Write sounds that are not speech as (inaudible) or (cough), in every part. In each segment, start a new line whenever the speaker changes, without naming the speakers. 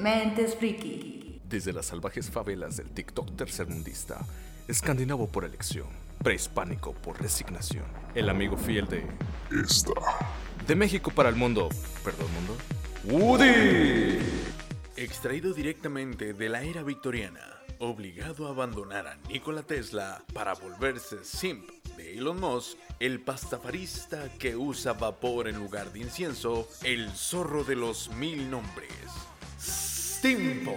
Mentes Friki.
Desde las salvajes favelas del TikTok tercermundista, escandinavo por elección, prehispánico por resignación, el amigo fiel de.
Esta.
De México para el mundo. Perdón, mundo. ¡Woody!
Extraído directamente de la era victoriana, obligado a abandonar a Nikola Tesla para volverse simp de Elon Musk, el pastafarista que usa vapor en lugar de incienso, el zorro de los mil nombres. Stimpo.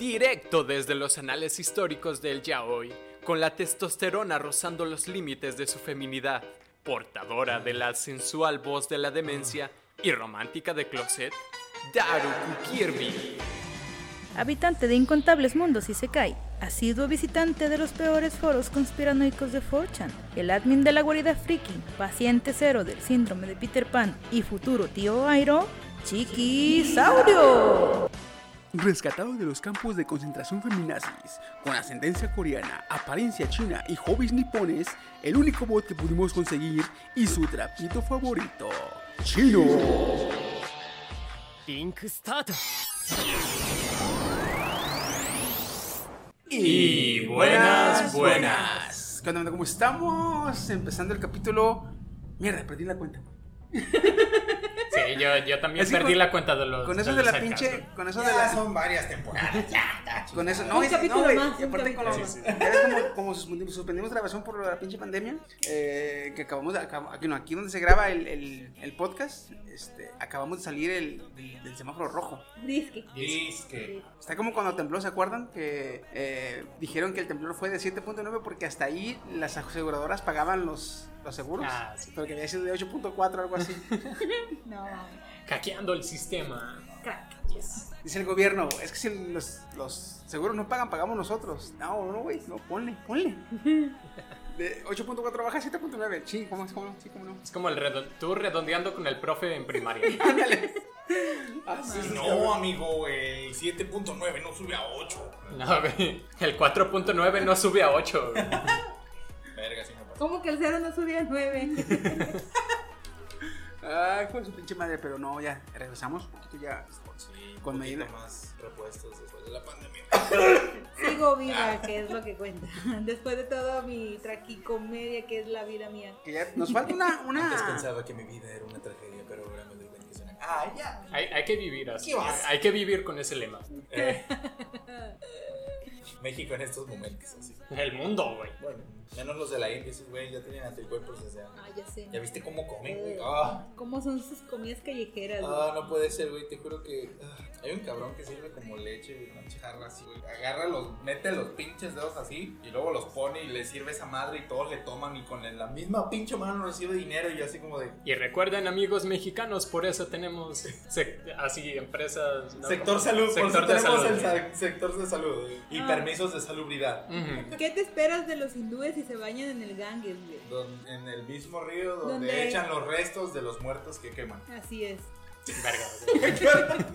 Directo desde los anales históricos del yaoi, con la testosterona rozando los límites de su feminidad, portadora de la sensual voz de la demencia y romántica de closet, Daru Kirby.
Habitante de incontables mundos y se cae, asiduo visitante de los peores foros conspiranoicos de 4chan, el admin de la guarida friki, paciente cero del síndrome de Peter Pan y futuro tío Airo, Chiquisaurio.
Rescatado de los campos de concentración feminazis, con ascendencia coreana, apariencia china y hobbies nipones, el único bot que pudimos conseguir y su trapito favorito, Chino.
Link Start.
Y buenas, buenas.
¿Qué onda, banda? ¿Cómo estamos? Empezando el capítulo. Mierda, perdí la cuenta.
Sí, yo, yo también
Es que
perdí
con-
la cuenta de los.
Con eso
los
de la
sarcasmos.
pinche. Con eso de
Ya
la.
son varias temporadas. Ya, ya, chica.
Con eso, no,
Un
es,
capítulo
no, güey,
más,
y
un
aparte con la,
capítulo
ya ves como, como suspendimos, suspendimos grabación por la pinche pandemia, eh, que acabamos de, acab- aquí, no, aquí donde se graba el, el- el podcast, este, acabamos de salir el, del, del semáforo rojo.
Disque.
Disque.
Está como cuando tembló, ¿se acuerdan? Que eh, dijeron que el temblor fue de 7.9 porque hasta ahí las aseguradoras pagaban los, los seguros,
Ah, sí.
pero que había sido de 8.4 o algo así.
No,
Hackeando el sistema.
crack.
Dice el gobierno, es que si los, los seguros no pagan, pagamos nosotros. No, no, güey, no, ponle,
(laughs)
ponle. De 8.4 baja a 7.9. Sí, ¿cómo es? ¿Cómo no? Sí, ¿cómo no?
Es como el redo- tú redondeando con el profe en primaria. (laughs)
Ándale. Así es.
No, amigo, el 7.9 no sube a 8.
No, güey. El 4.9 no sube a 8. güey.
Verga, sí me pasó.
¿Cómo que el cero no subía al
(laughs)
9?
Ay, con su pinche madre, pero no, ya, regresamos. un poquito ya.
Sí,
Con
un poquito
medida.
más repuestos después de la pandemia.
Sigo viva, que es lo que cuenta. Después de todo mi traquicomedia, que es la vida mía.
Que ya nos falta una.
Antes
una...
pensaba que mi vida era una tragedia, pero ahora me doy cuenta que es una. ¡Ah, ya!
Hay, hay que vivir así.
¿Qué vas?
Hay que vivir con ese lema.
Eh, México en estos momentos, así.
El mundo, güey.
Bueno, menos los de la India, esos güey ya tienen anticuerpos desde años.
Ah, ya sé.
¿Ya viste cómo comen, güey? ¡Ah!
¿Cómo son sus comidas callejeras? güey?
Ah, no puede ser, güey, te juro que ah, hay un cabrón que sirve como leche, güey, una charla así, güey. Agarra los, mete los pinches dedos así y luego los pone y le sirve esa madre y todos le toman y con la misma pinche mano recibe dinero y yo así como de
Y recuerden, amigos mexicanos, por eso tenemos sec- así empresas. ¿no?
sector salud, por
Sector
eso
de
tenemos
salud,
el
güey.
sa- sector de salud güey, y
Ah.
permisos de salubridad.
Ujú.
¿Qué te esperas de los hindúes si se bañan en el Ganges, güey?
Don- en el mismo río donde
Donde- Ah,
echan los restos de los muertos que queman.
Así es.
Verga,
(laughs)
güey.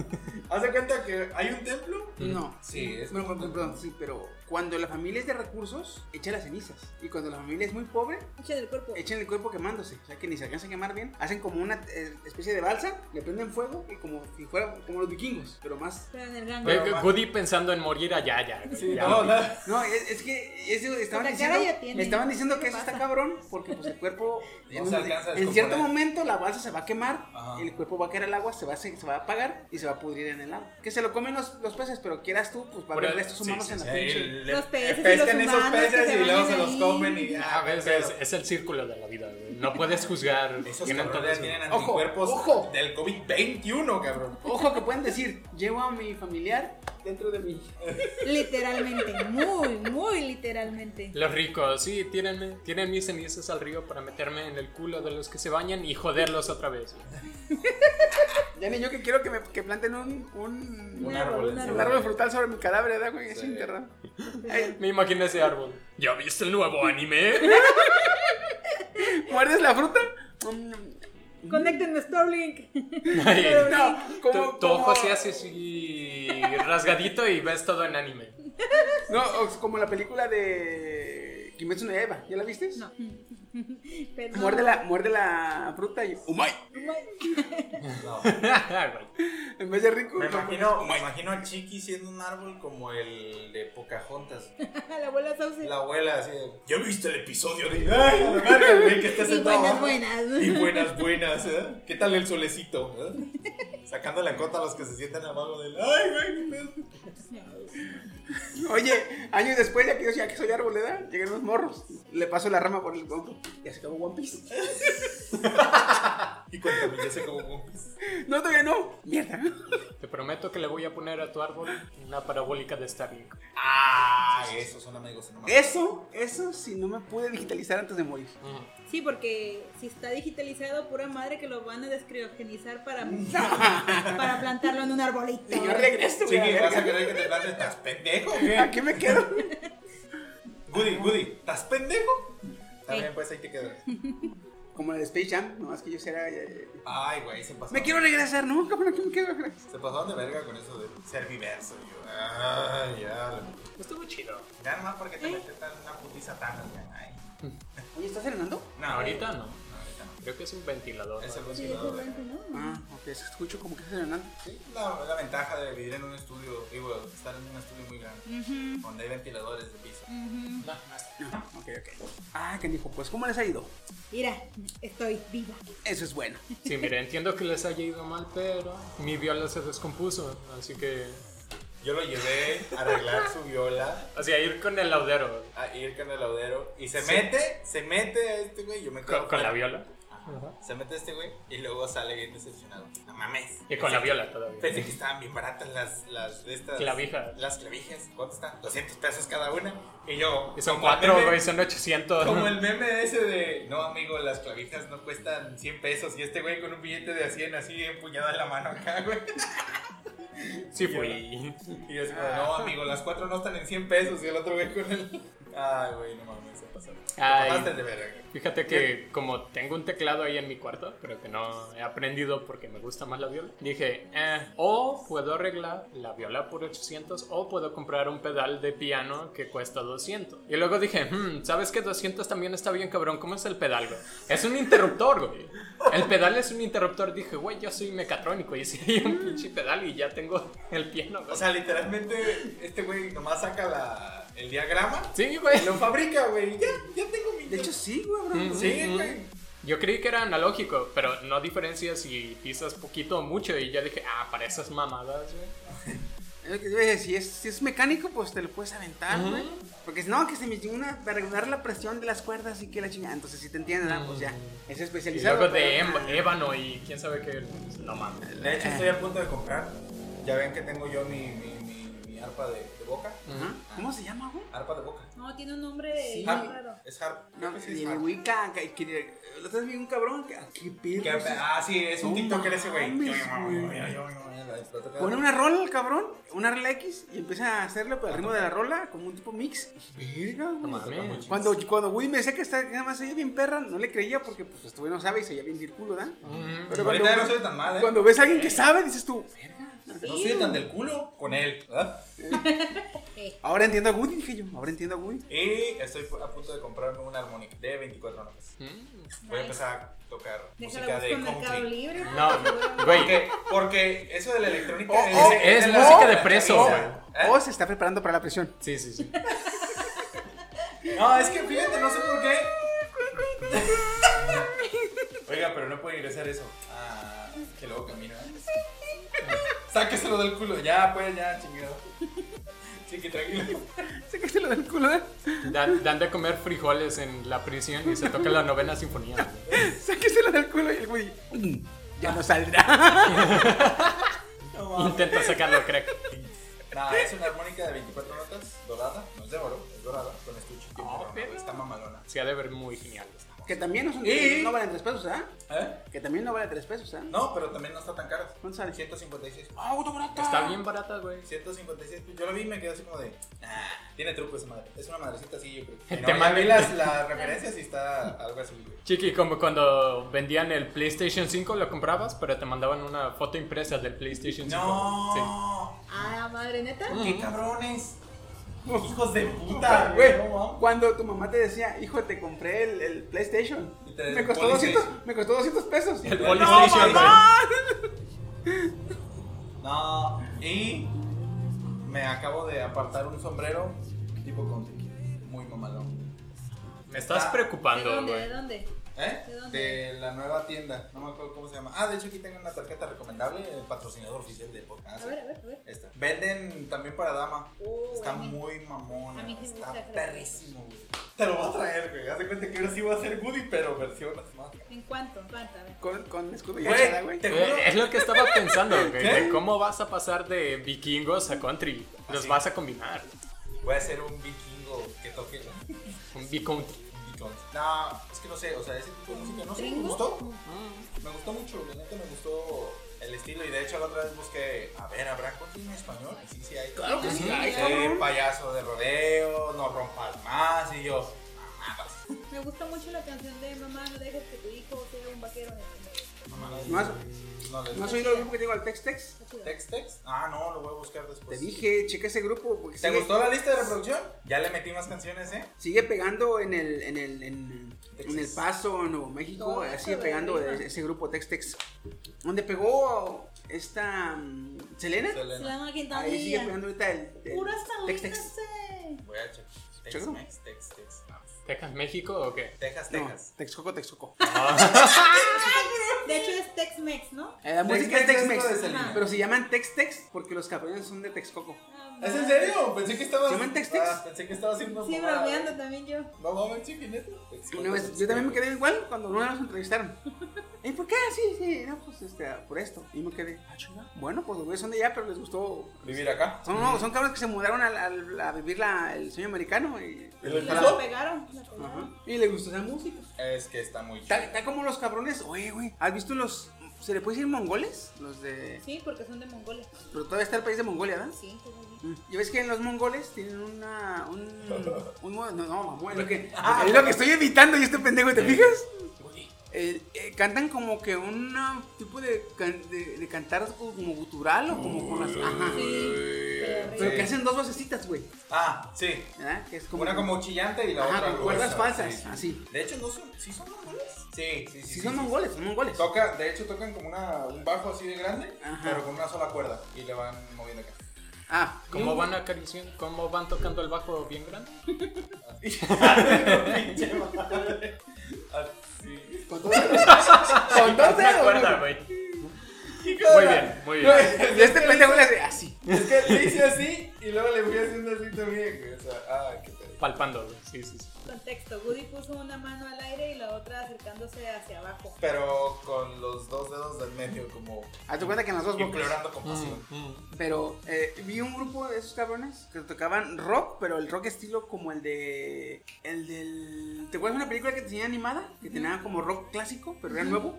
¿Hace cuenta que hay un templo?
No.
Sí, es
Bueno, perdón, perdón, sí, pero cuando la familia es de recursos, echa las cenizas. Y cuando la familia es muy pobre,
Echa del cuerpo.
echan el cuerpo quemándose. O sea que ni se alcanza a quemar bien. Hacen como una eh, especie de balsa, le prenden fuego y como si fuera como los vikingos, pero más
Pero en el
Güey,
Ganges.
güey, Woody pensando en morir allá, ya. güey,
Sí,
ya.
no, nada.
No, es, es que eso estaban
La
diciendo,
cara ya tiene.
estaban diciendo que
¿Qué
eso está
pasa?
cabrón porque pues el cuerpo
(laughs) Ya
en,
se
un-
alcanza a
en cierto
descomponer.
momento la balsa se va a quemar,
Ajá.
el cuerpo va a caer al agua, se va a, se, se va a apagar y se va a pudrir en el agua. Que se lo comen los, los peces, pero quieras tú, pues va a
Pero-
haber restos
sí,
humanos
sí,
en la
sí,
pinche.
El-
Los
le-
peces y
pescan
los
esos
humanos que
peces
se
y luego se
bañan
los
ahí.
comen y ah, pues, ya,
A veces es, es el círculo de la vida, güey. No puedes juzgar.
(laughs) Esos
Tienen
cabrones
todos-
tienen
Ojo,
anticuerpos
ojo.
del COVID-21, cabrón.
Ojo que pueden decir, llevo a mi familiar dentro de mí.
Literalmente, muy, muy literalmente.
Los ricos, sí, tírenme, tienen mis cenizas al río para meterme en el culo de los que se bañan y joderlos otra vez. güey.
Ya ni yo que quiero que me que planten un, un,
Un árbol,
un
sí.
un árbol frutal sobre mi cadáver, ¿verdad, güey? Es
Sí.
enterrado. Ay,
Me imagino ese árbol. ¿Ya viste el nuevo anime?
¿Muerdes la fruta? Mm,
Conéctenme a Starlink.
(laughs) Ay,
No,
tu,
como,
tu ojo
como-
se hace así rasgadito y ves todo en anime.
No, o- como la película de Kimetsu no Yaiba, ¿ya la viste?
No. Perdón.
Muerde la, muerde la fruta y ¡umay!
No.
Güey.
En vez de rico.
Me
no,
imagino, me imagino a Chiqui siendo un árbol como el de Pocahontas.
La abuela Sauce.
La abuela así de, ¿ya viste el episodio de... Ay, la madre, güey, que (laughs) está
Y
sentado
buenas,
abajo.
buenas.
Y buenas, buenas. ¿eh? ¿Qué tal el solecito? eh? Sacándole en contra a los que se sientan abajo del... Ay, güey, qué pedo".
Oye, años después, ya que yo ya que soy arboleda, llegan unos morros. Le paso la rama por el coco. Ya se acabó One Piece.
Y cuando ya se como One Piece.
No, todavía no. Mierda.
Te prometo que le voy a poner a tu árbol una parabólica de Starlink.
Ah, esos son amigos. no mames.
Eso, eso si no me pude digitalizar antes de morir.
Sí, porque si está digitalizado, pura madre que lo van a descriogenizar para, para plantarlo en un arbolito.
Y yo regreso, güey. a
Chiqui,
la
¿vas a
verga.
querer que te plantes? ¿Estás pendejo o qué?
¿A qué me quedo?
Woody, Woody, ¿estás pendejo? También, pues ahí te quedas.
Como la de Space Jam, nomás que yo será. eh, eh,
Ay, güey, se pasó.
Me quiero regresar, ¿no? Cabrón, ¿a qué me quedo?
Se pasaron de verga con eso de ser diverso. Yo. Ay, ya.
Estuvo chido.
Ya nomás porque te metí tan una putiza tan. güey, Ay.
Oye, ¿estás serenando?
No,
Ahorita no.
No, ahorita no.
Creo que es un ventilador.
Es el
¿no?
ventilador. güey.
Ah, ok, se escucho como que estás serenando.
Sí, la, la ventaja de vivir en un estudio, digo, estar en un estudio muy grande, donde hay ventiladores de piso.
No, no está.
Ah, ok, ok. Ah, qué dijo, pues, ¿cómo les ha ido?
Mira, estoy viva.
Eso es bueno.
Sí, mire, entiendo que les haya ido mal, pero mi viola se descompuso, así que...
Yo lo llevé a arreglar su viola,
O sea, ir con el laudero,
a ir con el laudero, y se mete, se mete a este güey, yo me quedo
con, con la
fuera.
viola. Ajá.
Se mete este güey y luego sale bien decepcionado. No mames.
Y con la viola todavía.
Pensé que estaban bien baratas las, las de estas.
Clavijas.
Las clavijas. ¿Cuánto están? 200 pesos cada una. Y yo.
Y son
como el
cuatro,
meme-
güey, son 800.
Como el meme ese de. No, amigo, las clavijas no cuestan 100 pesos. Y este güey con un billete de a 100 así empuñado en la mano acá, (laughs) güey.
Sí fui.
Y yo así, como, no, amigo, las cuatro no están en 100 pesos. Y el otro güey con el. (laughs) Ay, güey, no mames, se pasó. Te
Ay.
pasaste de verga. güey.
Fíjate que como tengo un teclado ahí en mi cuarto, pero que no he aprendido porque me gusta más la viola, dije, eh, o puedo arreglar la viola por 800 o puedo comprar un pedal de piano que cuesta 200. Y luego dije, hmm, ¿sabes qué? 200 también está bien, cabrón. ¿Cómo es el pedal, güey? Es un interruptor, güey. El pedal es un interruptor. Dije, güey, yo soy mecatrónico y si hay un pinche pedal y ya tengo el piano,
O
güey.
sea, literalmente, este güey nomás saca la, el diagrama.
Sí, güey.
Lo fabrica, güey. Ya, ya tengo mi.
De hecho, sí, güey, bro.
sí, güey.
Yo creí que era analógico, pero no diferencia si pisas poquito o mucho. Y ya dije, ah, para esas mamadas, güey.
Es lo que te iba a decir, Si es, si es mecánico, pues te lo puedes aventar,
Ujú.
güey. Porque si no, que se me llegó una para regular la presión de las cuerdas y que la chingada. Entonces, si te entienden, ah, pues ya. Es
Y
especializado.
luego de
pero-
em- ébano y quién sabe qué. No mames.
De hecho, estoy a punto de comprar. Ya ven que tengo yo mi, mi, mi, mi arpa de, de boca.
Ajá. ¿Cómo se llama, güey?
Arpa de boca.
No, tiene un nombre
Sí.
muy
Harp.
raro.
Es harp.
No,
Creo que sí
Pues ni
es
me
harp.
ubica. que- que- La otra vez vi un cabrón que. ah, ¿Qué
Que-
pedo?
ah, sí, es un
No
TikToker ese güey.
mames, güey. Pone una rola el cabrón, una rola X, y empieza a hacerlo por el ritmo de la rola, como un tipo mix. Y Verga, güey.
mames.
Cuando, cuando Woody me decía que está nada más ella bien perra, no le creía porque pues este güey no sabe y se oía bien círculo, ¿verdad? Pero
Ahorita ya no soy tan mal, ¿eh?
Cuando ves a alguien que sabe, dices tú,
No soy tan del culo con él, ¿verdad?
ahora entiendo a Woody, dije yo, ahora entiendo a Woody.
Y estoy a punto de comprarme una armónica de 24 notas.
Mm.
Voy a empezar a tocar música
Déjala busco
de
en Mercado
country.
Libre.
No, güey.
Porque, porque eso de la electrónica
oh,
es
la-
música de
la
preso,
chaviza, ¿eh?
O se está preparando para la presión.
Sí, sí, sí.
No, es que fíjate, no sé por qué. Oiga, pero no puede ingresar eso. Ah, que luego camino. Sáqueselo del culo. Ya, pues, ya, chingado. Sí, que tranquilo.
Sé que se lo da el culo, ¿eh? ¿verdad?
Dan, dan de comer frijoles en la prisión y se toca la novena
(laughs)
sinfonía. güey.
Sáqueselo del culo y el Woody. "Mm, Ya no saldrá.
Intenta sacarlo, crack.
Nada, es una armónica de 24 notas, dorada. No es de oro, es dorada, con estuche. tiene
Oh,
oro,
perro.
Está mamalona.
Se ha de ver muy genial.
Que también no, son,
Y-
no valen tres pesos, ¿ah?
¿Eh?
Que también no vale tres pesos, ¿ah?
No, pero también no está tan cara.
¿Cuánto sale?
156.
¡Ah, está barata!
Está bien barata, güey.
156, yo lo vi y me quedé así como de. "Ah, tiene truco esa madre. Es una madrecita así, yo creo.
Te
Y No, ya
manda-
vi las, las referencias y está algo así, güey.
Chiqui, como cuando vendían el PlayStation 5, lo comprabas, pero te mandaban una foto impresa del PlayStation 5.
¡No!
Ah, madre neta.
¡Qué cabrones! Hijos de puta, güey.
Güey,
No mames.
cuando tu mamá te decía, hijo, te compré el, el PlayStation.
Y te-
Me costó,
PlayStation.
200, me costó 200 pesos.
El
No,
PlayStation.
mamá.
No, y me acabo de apartar un sombrero tipo con muy mamalón.
Me estás
Ah,
¿De
preocupando,
dónde? ¿De
güey.
dónde?
¿Eh?
¿De
¿De,
dónde?
la nueva tienda, no me acuerdo cómo se llama. Ah, de hecho aquí tengo una tarjeta recomendable, el patrocinador oficial de podcast.
A ver, a ver, a ver.
Esta. Venden también para dama.
Uh,
Está
a mí-
muy mamona.
a mí sí me
está
gusta que-
perrísimo, güey. Te lo voy a traer, güey. Haz de cuenta que ahora sí voy a hacer Woody, pero versión así más.
¿En cuánto? ¿En cuánto? A ver.
Con, con escudo y
Güey,
hachada, güey.
te-
Eh, Es lo que estaba pensando, güey.
¿Qué?
de ¿Cómo vas a pasar de vikingos a country? Los
Así.
vas a combinar.
Voy a hacer un vikingo que toque. ¿no?
Un country
Beatles. No, es que no sé, o sea, ese tipo de música no sé, me
¿Gringo? Ah.
gustó. Me gustó mucho, la neta me gustó el estilo y de hecho la otra vez busqué, a ver, ¿habrá country en español? Y sí, sí hay. Claro
que sí hay,
Sí, payaso de rodeo, no rompas más y yo, mamadas.
Me gusta mucho la canción de Mamá, no dejes que tu hijo sea un vaquero.
mamadas.
¿No has-
no les
¿No has oído lo mismo que digo al Tex Tex?
¿Tex, tex? Ah, no, lo voy a buscar
Te
después.
dije, checa ese grupo. Porque
Pues ¿Te
sigue,
gustó la lista de reproducción? Ya le metí más canciones, ¿eh?
Sigue pegando en el, en el, en, en el
Texas.
Paso, Nuevo México.
Todo eso
sigue
de
pegando
arriba.
ese grupo Tex Tex. Donde pegó esta mm, Selena.
Selena.
Selena
Ahí sigue
Quintanilla.
pegando ahorita el, el
Puras
Tex
salinas,
Tex.
eh.
Voy a checar. Tex,
Chécalo.
mex, tex, tex. No,
¿Texas, México o qué?
Texas,
No,
Texas.
Texcoco, Texcoco.
De hecho es Tex-Mex, ¿no?
Eh, la
Tex
música es
Mex es
Tex
lo
Mex.
de Selena.
Pero se llaman Tex Tex porque los cabrones son de Texcoco.
Ah,
¿Es en serio? Pensé que estabas.
¿Se llaman Tex Tex?
Ah, pensé que estabas haciendo.
Sí,
mamada.
bromeando también yo.
No mames, sí, neta. Tex-
Una vez, yo también me quedé igual cuando una vez nos entrevistaron. (laughs) ¿Y por qué? Sí, sí, no, pues este, por esto. Y me quedé, ah, chinga. Bueno, pues los güeyes son de allá, pero les gustó.
Vivir acá.
Son, no, son cabrones que se mudaron al- al- a, vivir la- el sueño americano. Y,
¿Y
Y
les
La
gustó?
pegaron, la
Ajá.
pegaron.
y les gustó esa música.
Es que está muy chido.
Está, está como los cabrones, oye, güey, ¿has visto los. ¿Se le puede decir mongoles? Los de.
Sí, porque son de Mongolia.
Pero todavía está el país de Mongolia, ¿verdad?
Sí, pues, sí.
Mm. Y ves que en los mongoles tienen una.
(laughs)
Un, un modo- no, no, bueno, lo que, ah, es lo que estoy evitando y este pendejo, ¿te fijas? Eh, eh, cantan como que un tipo de, can- de, de cantar como gutural o como con las. Ajá.
Sí,
Pero
pero
que hacen dos vocecitas, güey.
Ah, sí.
¿Verdad? Que es como.
Una como chillante y la
Ajá,
otra.
con cuerdas
gruesa.
falsas,
Sí, sí.
así.
De hecho, no son. ¿Sí son mongoles? Sí, sí, sí.
Si son mongoles, son mongoles.
Toca, de hecho, tocan como una, un bajo así de grande,
Ajá.
pero con una sola cuerda. Y le van moviendo acá.
Ah,
¿Cómo van acariciando? ¿Cómo van tocando el bajo bien grande?
Pinche madre. Así.
Con dos dedos.
(laughs)
Con dos
Me
dedos.
acuerdo, güey. Muy bien, muy bien.
güey. (laughs) Y este pendejo le hace así.
Es que le hice así y luego le fui haciendo así también, güey. O sea, ah, qué pedo.
Palpando, güey. Sí, sí, sí.
Contexto, Woody puso una mano al aire y la otra acercándose hacia abajo.
Pero con los dos dedos del medio, como
Haz tu cuenta que en las dos bocas.
implorando compasión.
mm. Pero eh, vi un grupo de esos cabrones que tocaban rock, pero el rock estilo como el de. El del. ¿Te acuerdas de una película que tenía animada? Que tenía como rock clásico, pero era nuevo.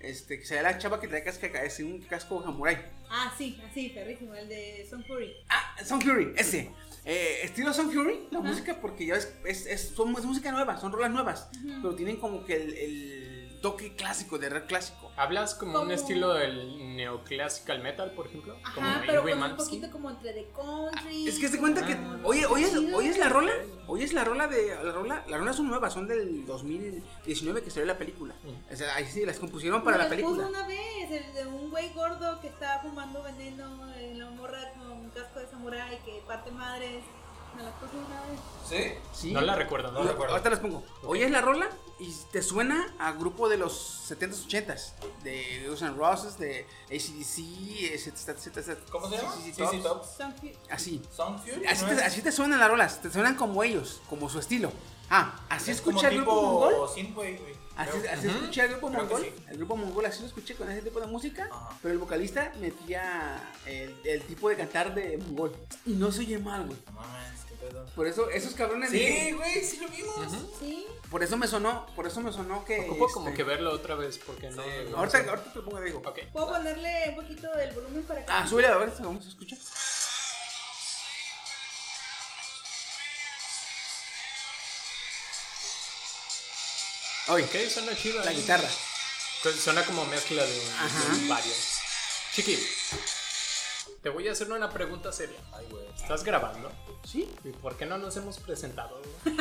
Este, que se la chava que traía casca, es un casco samurai.
Ah, sí, así, perrísimo, el de Son Fury.
Ah, Son Fury, ese. Eh, estilo Son Fury, la música, porque ya ves, es, es, son- es música nueva, son rolas nuevas, pero tienen como que el, el toque clásico, de rock clásico.
¿Hablas como un
Como-
estilo del neoclassical metal, por ejemplo?
Ajá,
como
pero
Yngwie
con un
Malmsteen.
poquito como entre de country.
Es que se cuenta que.
como-
Oye, oye, es-
Ah, Chido.
oye, es la rola. Oye, es la rola de. La rola, las rolas son nuevas, son del 2019 que salió la película. O sea, ahí sí las compusieron para la
Les puso
película.
una vez el de un güey gordo que estaba fumando veneno en la morra con un casco de samurái que parte madres. Me la puso una vez.
¿Sí?
Sí.
No la recuerdo, no
No
la
recuerdo.
Ahorita las pongo. Oye, es la rola y te suena a grupo de los 70s, 80s. De Guns N' Roses, de ACDC, etc, etc, etc.
¿Cómo se llama?
Sí, sí,
CC
Tops.
Tops.
Son Fury.
Así.
Sound Fury.
Así
¿no
te,
es?
así te suenan las rolas, te suenan como ellos, como su estilo. Ah, así
Es
escucha
como
el grupo mongol.
tipo Synthwave, güey.
Así,
Creo-
así escuché al grupo
Creo que
mongol.
sí.
El grupo mongol así lo escuché con ese tipo de música.
Ajá.
Pero el vocalista metía el, el tipo de cantar de mongol. Y no se oye mal, güey.
No mames, qué pedo.
Por eso, esos cabrones.
Sí,
dije,
güey, sí lo vimos.
Sí,
Por eso me sonó, por eso me sonó que.
Ocupo
este,
como que verlo otra vez porque no.
Sí,
no
Ahorita,
sé.
ahorita te lo pongo, digo.
Ok.
puedo ponerle un poquito del volumen para que.
Ah, súbele a ver, vamos a escuchar. Oye,
Ok, suena chido.
la
ahí.
guitarra.
Pues Suena como mezcla de, de varios. Chiqui, Te voy a hacer una pregunta seria.
Ay, güey.
¿Estás grabando?
Sí.
¿Y por qué no nos hemos presentado? güey?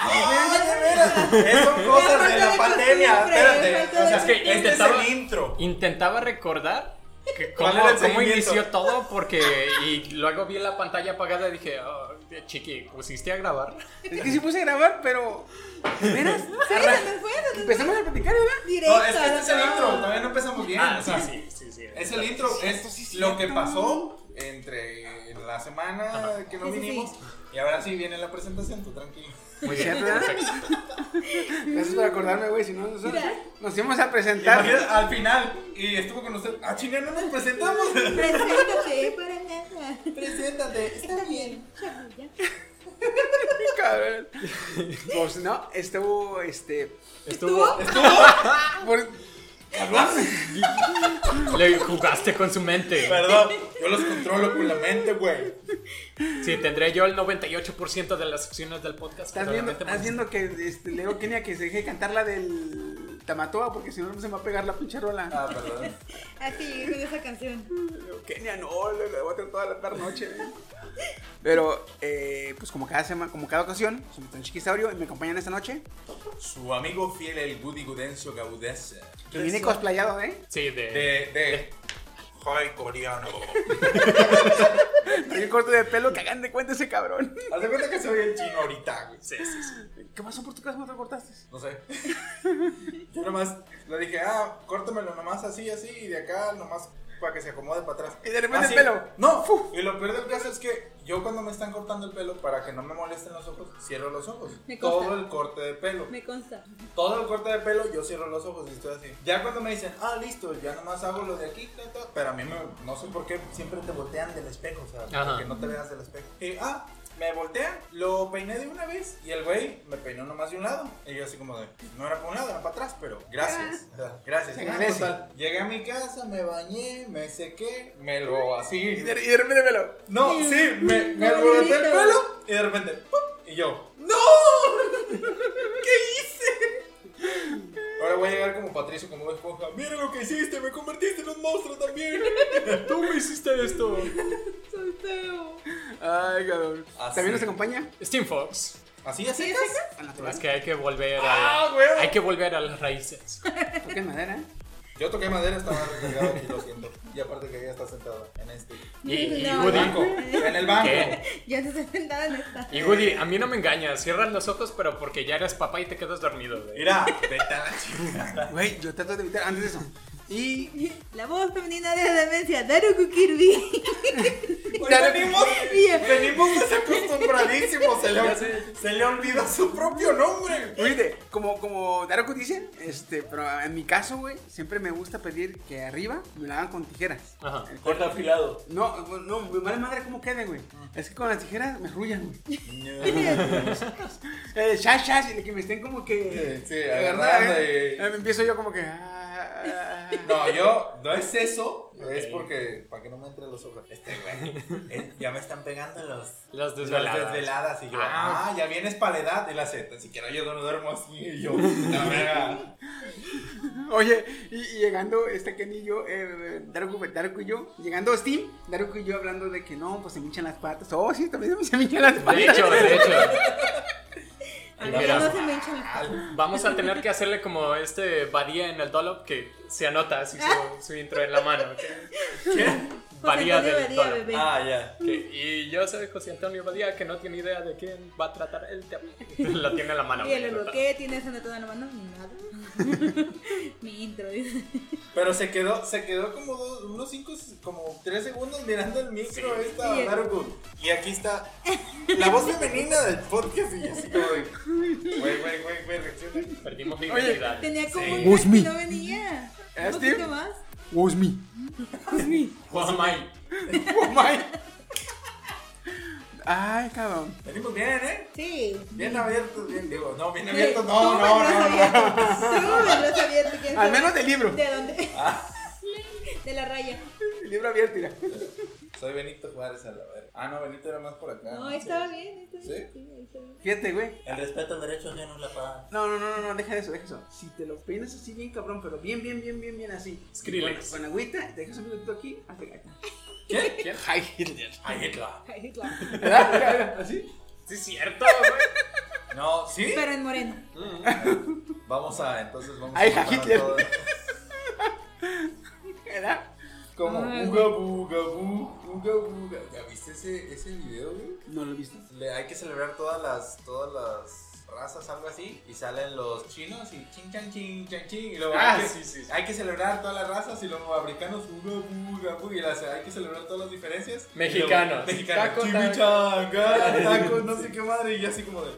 Ah, (laughs)
Eso son cosas de
falta
la
de
pandemia.
costumbre,
Espérate.
falta
O
de
sea,
costumbre.
(laughs) este es
Intentaba-
el intro.
Intentaba recordar que
¿Cuál
cómo,
era el
cómo
seguimiento?
inició todo porque y luego vi la pantalla apagada y dije, "Oh, chiqui, ¿pusiste a grabar?
Es que sí puse a grabar, pero. ¿de ¿Veras?
se nos fue, se nos
Empezamos a platicar, ¿verdad?
Directo.
No, es que este es el
¿no?
intro. Todavía no empezamos bien.
Ah,
o
sí,
sea,
sí, sí, sí.
Es el intro, es lo que pasó entre la semana que no
Sí, sí,
vinimos. Y ahora sí viene la presentación, tú tranquilo.
Muy
Sí,
bien,
¿verdad?
perfecto.
Gracias por acordarme, güey. Si no, nos,
Mira.
nos íbamos a presentar.
Imagina, al final, y estuvo con usted. Ah, chinga, no nos presentamos.
Preséntate eh, para nada.
Preséntate, está bien.
Cabrón. Pues no, estuvo este.
Estuvo.
por-
Ah,
Le jugaste con su mente.
Perdón, yo los controlo con la mente, güey.
Sí, tendré yo el 98% de las secciones del podcast.
Estás
pero
viendo,
realmente
estás
me-
viendo que este, le digo a Kenia que se deje cantar la del Tamatoa porque si no se me va a pegar la pinche rola.
Ah, perdón.
Así llegué con esa canción.
Le digo, Kenia, no, le le voy a tener toda la tarde (laughs) noche. güey". Pero, eh, pues como cada semana, como cada ocasión, soy un chiquisaurio y me acompañan esta noche.
Su amigo fiel, el Woody Gudencio Gaudese.
Que viene cosplayado, ¿eh?
Sí, de.
De, de. Joy coreano.
Trae un corte de pelo que hagan de cuenta ese cabrón.
Haz de cuenta que soy el chino ahorita, güey.
Sí, sí, sí.
¿Qué pasó por tu casa? ¿Cómo te cortaste?
Pues, No sé. (laughs) Yo nomás le dije, ah, córtamelo nomás así, así, y de acá nomás para que se acomode para atrás.
Y de repente
Así.
el pelo.
No, y lo peor del caso es que yo cuando me están cortando el pelo, para que no me molesten los ojos, cierro los ojos.
Me consta.
Todo el corte de pelo.
Me consta.
Todo el corte de pelo, yo cierro los ojos y estoy así. Ya cuando me dicen, ah, listo, ya nomás hago lo de aquí, ta, ta", pero a mí me- no sé por qué siempre te voltean del espejo, o sea,
Ajá.
que no te veas del espejo. Y, ah, me voltean, lo peiné de una vez y el güey me peinó nomás de un lado. Y yo así como de, no era para un lado, era para atrás, pero gracias. o sea, gracias.
Se
Ah,
agradece.
total, Llegué a mi casa, me bañé, me sequé, me lo así.
Y de, y de repente el pelo.
No, sí, me, me alboroté el pelo y de repente, ¡pum! y yo, ¡No! (laughs) ¿Qué hice? Ahora voy a llegar como Patricio, como Bob esponja. Mira lo que hiciste, me convertiste en un monstruo también.
Tú me hiciste esto.
Soy feo.
Ay, cabrón.
Así.
También nos acompaña.
Steam Fox.
(laughs) ¿Así así es?
Es que hay que volver a.
Ah, güey.
Hay que volver a las raíces.
Toca en madera.
Yo toqué madera, estaba recargado aquí, lo siento. Y aparte que ella está sentada en este.
Y, y
No. (laughs)
En el
Woody.
banco, en el banco.
¿Qué?
Ya se sentada en esta.
Y Woody, a mí no me engañas. Cierras los ojos, pero porque ya eres papá y te quedas dormido, güey.
Mira, vete a la (laughs) chingada.
Güey, yo trato de evitar antes de eso. Y
(laughs) La voz femenina de la demencia, Daruku Kirby.
Hoy
Ya le-
(laughs)
venimos, eh.
Bien.
venimos desacostumbradísimos. (laughs) Se le, se le olvida su propio nombre. (laughs)
Oíste, como, como Daroku dice, este, pero en mi caso, güey, siempre me gusta pedir que arriba me lo hagan con tijeras.
Ajá.
Corta afilado.
No, güey, no, me vale madre cómo quede, güey. Es que con las tijeras me rullan, güey. Eh, Shas, shas, y que me estén como que.
Sí, sí, agarrando
eh,
y-
eh, empiezo yo como que. ah,
No, yo, no es eso, es porque, para que no me entre los ojos, este güey, eh, ya me están pegando los,
Las desveladas.
las desveladas, y yo,
Ah.
ah, ya vienes para la edad, y la Z, tan siquiera yo no duermo así, y yo, la verga.
Oye, y, y llegando este Kenny y yo, eh, Daruku, Daruku y yo, llegando a Steam, Daruku y yo hablando de que no, pues se me hinchan las patas. Oh, sí, también se me hinchan las patas.
De hecho, de hecho.
A mí
Mira.
no se me echan las
Vamos a tener que hacerle como este Badía en el Dollop que se anota así su, su intro en la mano.
¿Quién?
Badía del
Badía,
Dollop.
bebé.
(laughs) Ah, ya.
Que- y yo soy José Antonio Badía, que no tiene idea de quién va a tratar el tema.
(laughs)
La tiene en la mano.
Y el
güey,
oro que tienes anotado en la mano, nada. Mi intro dice.
Pero se quedó, se quedó como dos, unos cinco, como tres segundos mirando el micro esta
Sí.
Naruto. Y aquí está la voz femenina del podcast y yo así como de, güey, güey, güey, güey, reacciona.
Perdimos la
Oye,
identidad.
(laughs) Tenía como
Sí.
un
Who's
mes
me?
que no venía.
¿Eh,
Un poquito
Steve?
más.
Who's me?
Who am I?
Oh my. Ay, cabrón.
Venimos bien, ¿eh?
Sí.
Bien abiertos, bien, digo, no, bien
Eh,
abiertos,
tú
no,
me
no, no,
los
no.
abiertos. Tú me los abiertos, ¿quién
Al
sabe?
menos del libro.
¿De dónde? (laughs) De la raya.
El libro abierto, mira.
Soy Benito Juárez a la verga. Ah, no, Benito era más por acá.
No, estaba bien. estaba bien, sí, ahí está bien.
Fíjate, güey.
El respeto al derecho ajeno es la paz.
No, no, no, no, no, deja eso, deja eso. Si te lo peinas así bien cabrón, pero bien, bien, bien, bien, bien así.
Skrillex.
(laughs) Con, con agüita, te dejas un minutito aquí, hasta acá.
¿Quién?
¿Quién? Heil Hitler.
Ay, Hitler.
Ay, claro.
¿Verdad? ¿Así? Sí, es cierto, güey.
No, ¿sí?
Pero en moreno.
Vamos a, entonces vamos
Ay,
a...
a Hitler.
todo.
¿Verdad?
Como
Ay.
uga buga bu, uga buga. ¿Ya viste ese, ese video, güey?
¿No lo viste?
Le- hay que celebrar todas las todas las razas, algo así, y salen los chinos y chin chan chin chan chin, y luego
Ah,
hay, que,
sí, sí, sí.
hay que celebrar todas las razas y los africanos, uga, uga, uga, y las- hay que celebrar todas las diferencias. y luego,
Mexicanos.
mexicanos,
Taco,
(laughs)
chimichanga, taco, no sé qué madre, y yo así como de,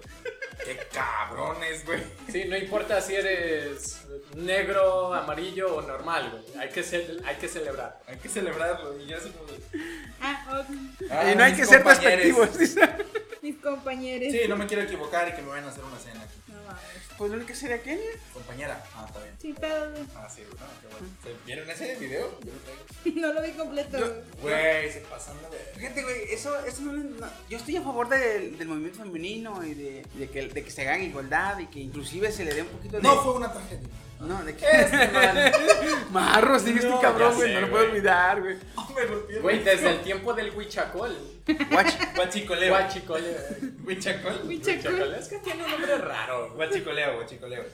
qué cabrones, güey.
Sí, no importa si eres negro, amarillo o normal, güey. Hay que, ce- hay que celebrar.
Hay que celebrarlo, y yo así como de,
Ah, ok.
"Ah,
y no hay
mis
que ser
compañeros".
despectivos. dice.
Mis compañeros.
Sí, no me quiero equivocar y que me vayan a hacer una cena aquí.
No mames.
Pues no hay que ser a Kenia.
Compañera, ah, está bien.
Sí, pero
Ah, sí, güey, no, qué bueno. ¿Se- ¿Vieron ese video? Yo lo traigo.
no lo vi completo.
Güey, se pasan de verga.
Fíjate, güey, eso, eso no, no- Yo estoy a favor del, del movimiento femenino y de, de que, de que se hagan igualdad y que inclusive se le dé un poquito de.
No fue una tragedia.
No, (laughs) de que. Marro, sí, este cabrón,
ya
güey,
sé,
no lo
güey.
puedo olvidar, güey.
Hombre, lo pierdo.
Güey, desde el tiempo del huichacol.
Guachi.
Guachicoleo.
Huachicol. eh,
Guachacol.
Huichacol. Es que tiene un nombre raro, güey.
Guachicoleo, guachicoleo.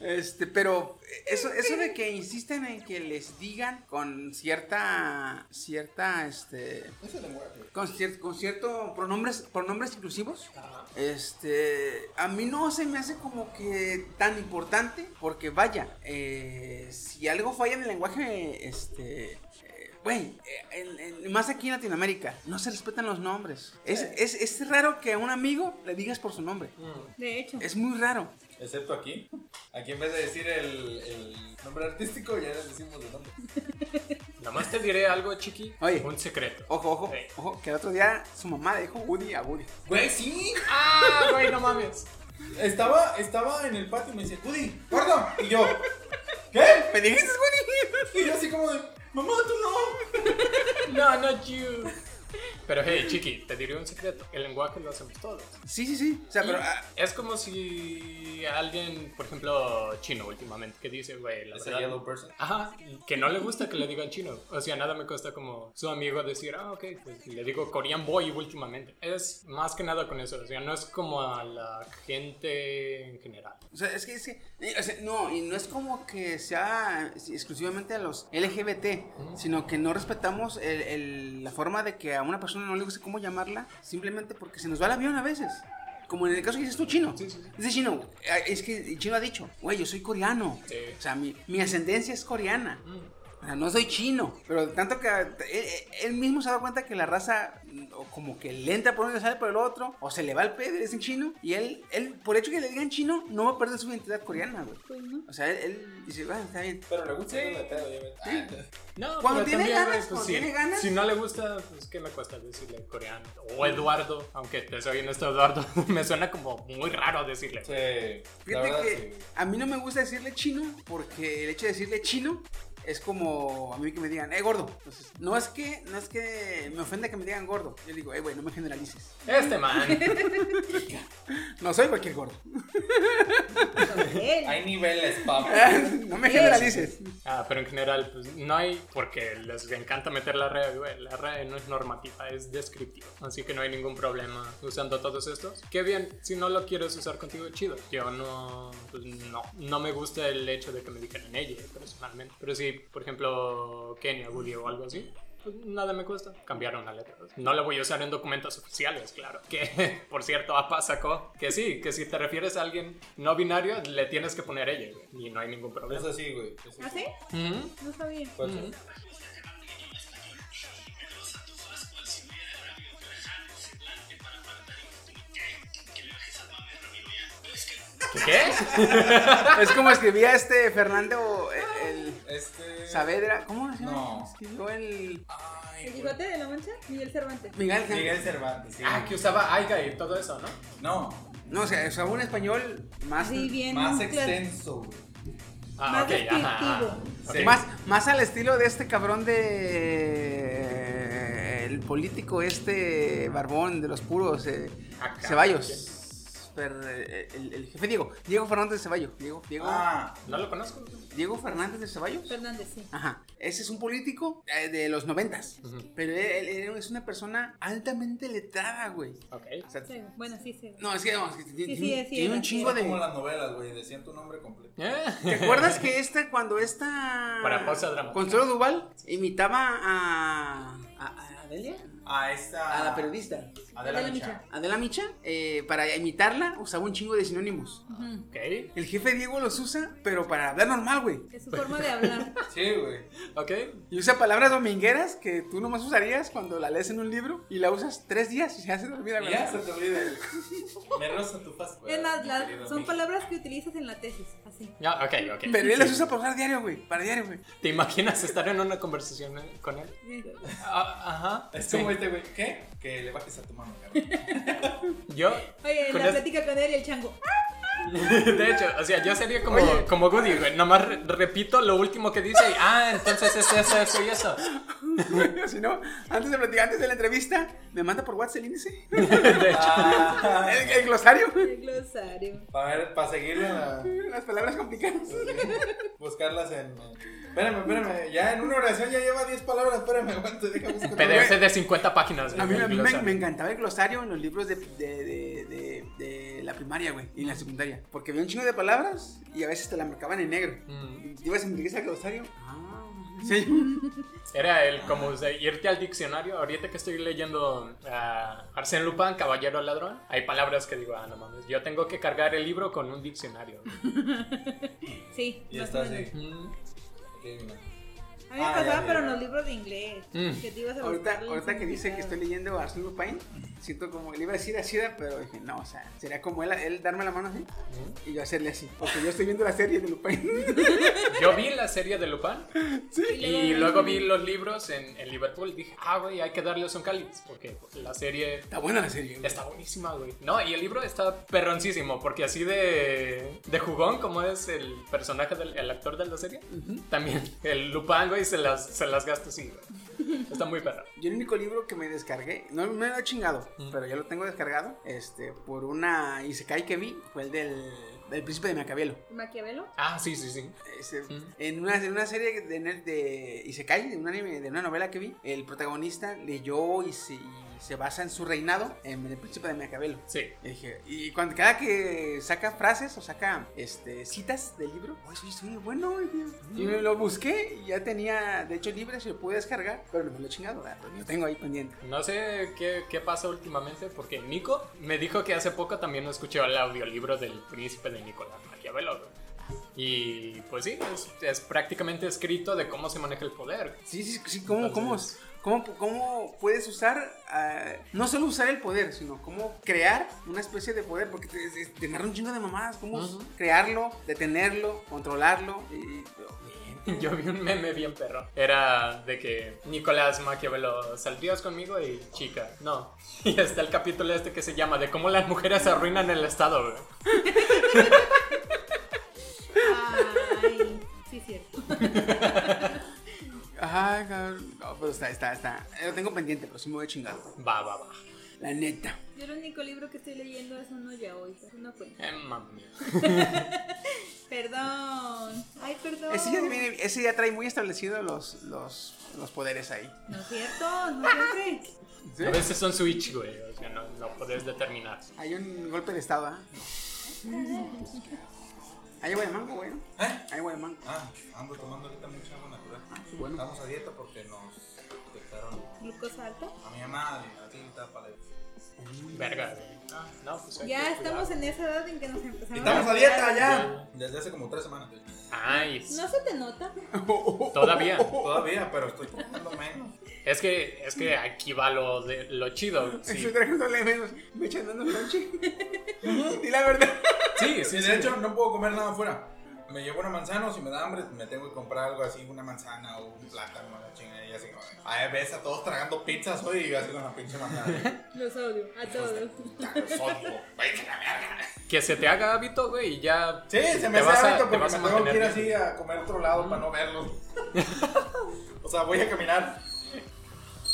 Este, pero eso, eso de que insisten en que les digan con cierta. cierta, este.
Ese lenguaje.
Con, cier- con cierto pronombres, pronombres inclusivos, este, a mí no se me hace como que tan importante, porque vaya, eh, si algo falla en el lenguaje, este, eh, güey, eh, en- en- más aquí en Latinoamérica, no se respetan los nombres. Es, es, es raro que a un amigo le digas por su nombre,
De hecho.
es muy raro.
Excepto aquí. Aquí en vez de decir el, el nombre artístico, ya les decimos el nombre.
Nada más te diré algo, chiqui.
Oye.
Un secreto.
Ojo, ojo,
Ey.
ojo, que el otro día su mamá le dijo Woody a Woody.
Güey, sí.
Ah, güey, no mames.
Estaba, estaba en el patio y me dice, Woody, gordo. Y yo, ¿qué?
¿Me dijiste Woody?
Y yo así como de, mamá, tú no.
No, not you. Pero hey, chiqui, te diré un secreto. El lenguaje lo hacemos todos.
Sí, sí, sí, o sea, pero... ah,
Es como si alguien, por ejemplo, chino últimamente, que dice, güey, la
Es
verdad-
a yellow person.
Ajá, que no le gusta que le digan chino. O sea, nada me cuesta como su amigo decir, ah, ok, pues le digo Korean Boy últimamente. Es más que nada con eso, o sea, no es como a la gente en general.
O sea, es que, es que- eh, o sea, no, y no es como que sea exclusivamente a los LGBT, sino que no respetamos el- el- la forma de que a una persona no le guste cómo llamarla, simplemente porque se nos va el avión a veces. Como en el caso que dices tú, chino. Dices chino, eh, es que el chino ha dicho, güey, yo soy coreano.
Sí.
O sea, mi, mi ascendencia es coreana. O sea, no soy chino, pero tanto que eh, eh, él mismo se ha dado cuenta que la raza mm, o como que le entra por uno y le sale por el otro, o se le va el pedo y le dicen chino, y él, él por hecho que le digan chino, no va a perder su identidad coreana, güey.
Pues no.
O sea, él, él dice, bueno, está bien.
Pero le gusta el metado, ya ves.
No,
Cuando
pero
tiene
también,
ganas,
güey, pues,
cuando
sí.
tiene ganas.
Si no le gusta, pues que me cuesta decirle coreano. O Eduardo, aunque te soy honesto, Eduardo, (laughs) me suena como muy raro decirle.
Sí, la
Fíjate
verdad,
que
sí.
a mí no me gusta decirle chino, porque el hecho de decirle chino es como a mí que me digan, eh, gordo. Entonces, no es que, no es que me ofenda que me digan gordo. Yo le digo, eh, güey, no me generalices.
Este man.
No soy cualquier gordo. (laughs)
Él.
Hay niveles, papá.
no me generalices.
Ah, pero en general, pues no hay, porque les encanta meter la RAE, güey. La RAE no es normativa, es descriptiva. Así que no hay ningún problema usando todos estos. Qué bien, si no lo quieres usar contigo, chido. Yo no, pues no, no me gusta el hecho de que me digan en ella, personalmente. Pero si, por ejemplo, Kenia, Gulli o algo así. pues, Nada me cuesta. Cambiaron la letra. No la voy a usar en documentos oficiales, claro. Que, (laughs) por cierto, APA sacó que sí, que si te refieres a alguien no binario, le tienes que poner ella, güey. Y no hay ningún problema.
Eso sí, güey. eso
¿Ah, sí?
Ujú.
No sabía.
¿Ah,
Pues,
¿Qué?
Es como escribía este Fernando eh, el
Este.
Saavedra. ¿Cómo se llama?
No.
Escribió el.
Ay,
¿El
güey.
bigote de la mancha? Miguel Cervantes.
Miguel Ángel.
Miguel Cervantes, sí.
Ah, que usaba Aiga y todo eso, ¿no?
No,
No, o sea, usaba un español más.
Así bien.
más
claro.
extenso, güey.
Ah,
Más
ok, ajá.
descriptivo.
ok.
Más, más al estilo de este cabrón de. El político este barbón de los puros. eh,
Ah,
Acá.
Ceballos. per- eh, el, el jefe Diego, Diego Fernández de Ceballos. Diego, Diego,
Ah,
No lo conozco.
Diego Fernández de Ceballos.
Fernández, sí.
Ajá. Ese es un político eh, de los noventas. Pero él, él- él es una persona altamente letrada, güey.
Ok.
O sea,
Sí, Bueno, sí, sí.
no, es que, no, es que tiene,
sí, es
tiene
cierto,
un
sí.
chingo
como
de.
las novelas, güey, decían tu nombre completo.
¿Te
Eh.
acuerdas que esta, cuando esta.
Para pausa dramática.
Consuelo Duval imitaba a. a, a Adelia?
A esta.
A la periodista.
Adela,
Adela
Micha.
Micha.
Adela Micha, eh, para imitarla, usaba un chingo de sinónimos.
Ok.
El jefe Diego los usa, pero para hablar normal, güey.
Es su forma de hablar.
Sí, güey.
Ok.
Y usa palabras domingueras que tú nomás usarías cuando la lees en un libro y la usas tres días y se hace dormir a
Y Ya se te olvida. el- Me rosa tu paz. güey,
Es más,
mi
la-
querido
son
Micha.
palabras que utilizas en la tesis, así.
Ya, ok, ok.
Pero él las usa para usar diario, güey. Para diario, güey.
¿Te imaginas estar en una conversación eh, con él? Ah, ajá.
Es
Sí.
como este, güey. ¿Qué? Que le bajes a tu mano, cabrón.
Yo.
Oye, en
con
la
este-
plática con él y el chango.
De hecho, o sea, yo sería como, como Goody, güey. Nomás re- repito lo último que dice y, ah, entonces es eso, eso y eso.
(laughs) si no, antes de platicar, antes de la entrevista, me manda por WhatsApp el índice. el,
(laughs) De hecho,
el glosario.
El glosario.
Para ver, para seguirle la-
Las palabras complicadas.
Buscarlas en. Espérame, espérame. Ya en una oración ya lleva 10 palabras. Espérame, aguante, deja buscar.
PDF de 50 páginas.
A mí,
güey,
a mí me,
glosario.
me encantaba el glosario en los libros de, de- de- de- de la primaria, güey, y en la secundaria. Porque había un chingo de palabras y a veces te la marcaban en negro.
Mm. Ah.
Y te ibas a meter al glosario. Sí.
Era el como de irte al diccionario. Ahorita que estoy leyendo ah, Arsène Lupin, Caballero Ladrón, hay palabras que digo, ah, no mames, yo tengo que cargar el libro con un diccionario.
Sí,
Y
más
está
o menos.
así.
Mm.
Ok, mira.
A mí me
Ah,
pasaba,
ya, ya.
pero en los libros de inglés.
Mm.
Que te ibas a
Ahorita,
buscar el
ahorita que dice que estoy
significado.
leyendo a Arsène Lupin, siento como que le iba a decir a Sida, pero dije, no, o sea, sería como él, él darme la mano así y yo hacerle así. Porque yo estoy viendo la serie de Lupin.
Yo vi la serie de Lupin y luego vi los libros en, en Liverpool y dije, ah, güey, hay que darles un cáliz porque la serie
Está buena la serie, güey.
está buenísima, güey. No, y el libro está perroncísimo porque así de, de jugón como es el personaje, del, el actor de la serie, también el Lupin, güey, se las, se las gasta así, güey. Está muy perro.
Yo el único libro que me descargué, no me lo he chingado, pero ya lo tengo descargado, este, por una Isekai que vi, fue el del, del príncipe de Maquiavelo.
Maquiavelo.
Ah, sí, sí, sí.
Ese-
Mm.
en, una, en una serie de, nerd de Isekai, de un anime, de una novela que vi, el protagonista leyó y se, y se basa en su reinado en el príncipe de Maquiavelo.
Sí.
Y dije, y cuando cada que saca frases o saca este, citas del libro, "Oh, eso es muy bueno. y dije, Y lo busqué y ya tenía, de hecho, libre, se lo pude descargar, pero no me lo he chingado, ¿verdad? Pues lo tengo ahí pendiente.
No sé qué, qué pasa últimamente porque Nico me dijo que hace poco también escuchó el audiolibro del príncipe de Nicolás Maquiavelo. güey. Y pues sí, es, es prácticamente escrito de cómo se maneja el poder. (laughs)
Sí, sí, sí, ¿cómo, cómo, cómo, cómo puedes usar, ah, no solo usar el poder, sino cómo crear una especie de poder? Porque te, te- te narra un chingo de mamadas, cómo crearlo, detenerlo, controlarlo. y- y-
Yo vi un meme bien perro. Era de que Nicolás Maquiavelo, ¿saldrías conmigo? Y chica, no. (laughs) Y está el capítulo este que se llama de cómo las mujeres arruinan el estado. güey.
Ay, sí, cierto.
Ay, cabrón. No, pero está, está, está. Eh, Lo tengo pendiente, pero sí me voy chingado.
Va, va, va.
La neta.
Yo el único libro que estoy leyendo es uno ya hoy. Es una cuenta.
Eh, mamma mía.
Perdón. Ay, perdón.
Ese ya, viene- ese ya trae muy establecidos los, los, los poderes ahí.
No es cierto, no siempre.
A veces son switch, güey. O sea, no, no puedes determinar.
Hay un golpe de estado, ¿ah?
Mm.
Hay agua de mango, güey.
¿Eh?
Hay agua de mango.
Ah, ando tomando ahorita mucha agua natural.
bueno.
Estamos a dieta porque nos detectaron.
Glucosa alta.
A mi mamá, a ti, para el.
Verga, güey. Ah, no, pues hay que
Ya estamos
cuidar.
en esa edad en que nos empezamos
Ah,
Estamos a dieta ya. Desde hace como tres semanas.
Ay,
No se te nota.
Todavía.
Todavía, pero estoy comiendo
(laughs)
menos.
Es que, es que aquí va lo, de, lo
(laughs)
chido. Sí,
(laughs) Estoy tragando menos. Me echan dando lonche. (laughs) Di la verdad.
sí,
Sí,
sí.
de hecho, no puedo comer nada afuera. Me llevo una manzana o si me da hambre, me tengo que comprar algo así, una manzana o un plátano, la chingada y así. como, Ahí ves a todos tragando pizzas hoy y yo así con la
(laughs)
pinche manzana.
Los odio, a todos.
Puta, los odio. Váyanse a la verga.
Que se te haga hábito, güey, y ya.
Sí, se me
te
hace
vas a-
hábito
te
porque me
vas a
tengo que ir
mantener bien. (laughs)
así a comer a otro lado para no verlos. o sea, voy a caminar.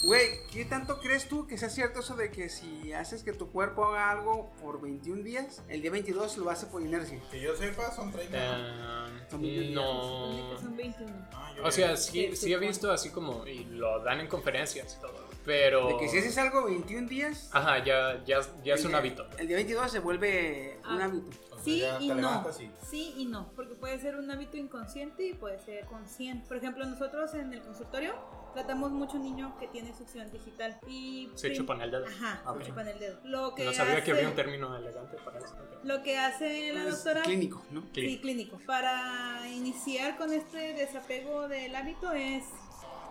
Güey, ¿qué tanto crees tú que sea cierto eso de que si haces que tu cuerpo haga algo por 21 días, el día 22 lo hace por inercia?
Que yo sepa, son 30.
Eh, no.
Son 21.
Ah, yo
O sea,
Sí,
sí, sí he visto así como, y lo dan en conferencias y todo, pero...
De que si haces algo 21 días,
Ajá, ya, ya, Ah, ya es
el
un
día-
hábito.
El día 22 se vuelve un
Ah.
hábito.
creo. O sea,
Sí
ya
y
te
no.
levantas y-
Sí y no, porque puede ser un hábito inconsciente y puede ser consciente. Por ejemplo, nosotros en el consultorio tratamos mucho un niño que tiene succión digital y
Se
prim-
chupan el dedo.
Ajá,
Ah, ok.
se chupan el dedo. Lo que
No sabía que
hace-
había un término elegante para eso. Ok.
Lo que hace la
Es
doctora
Clínico, ¿no?
Sí, clínico. Para iniciar con este desapego del hábito es,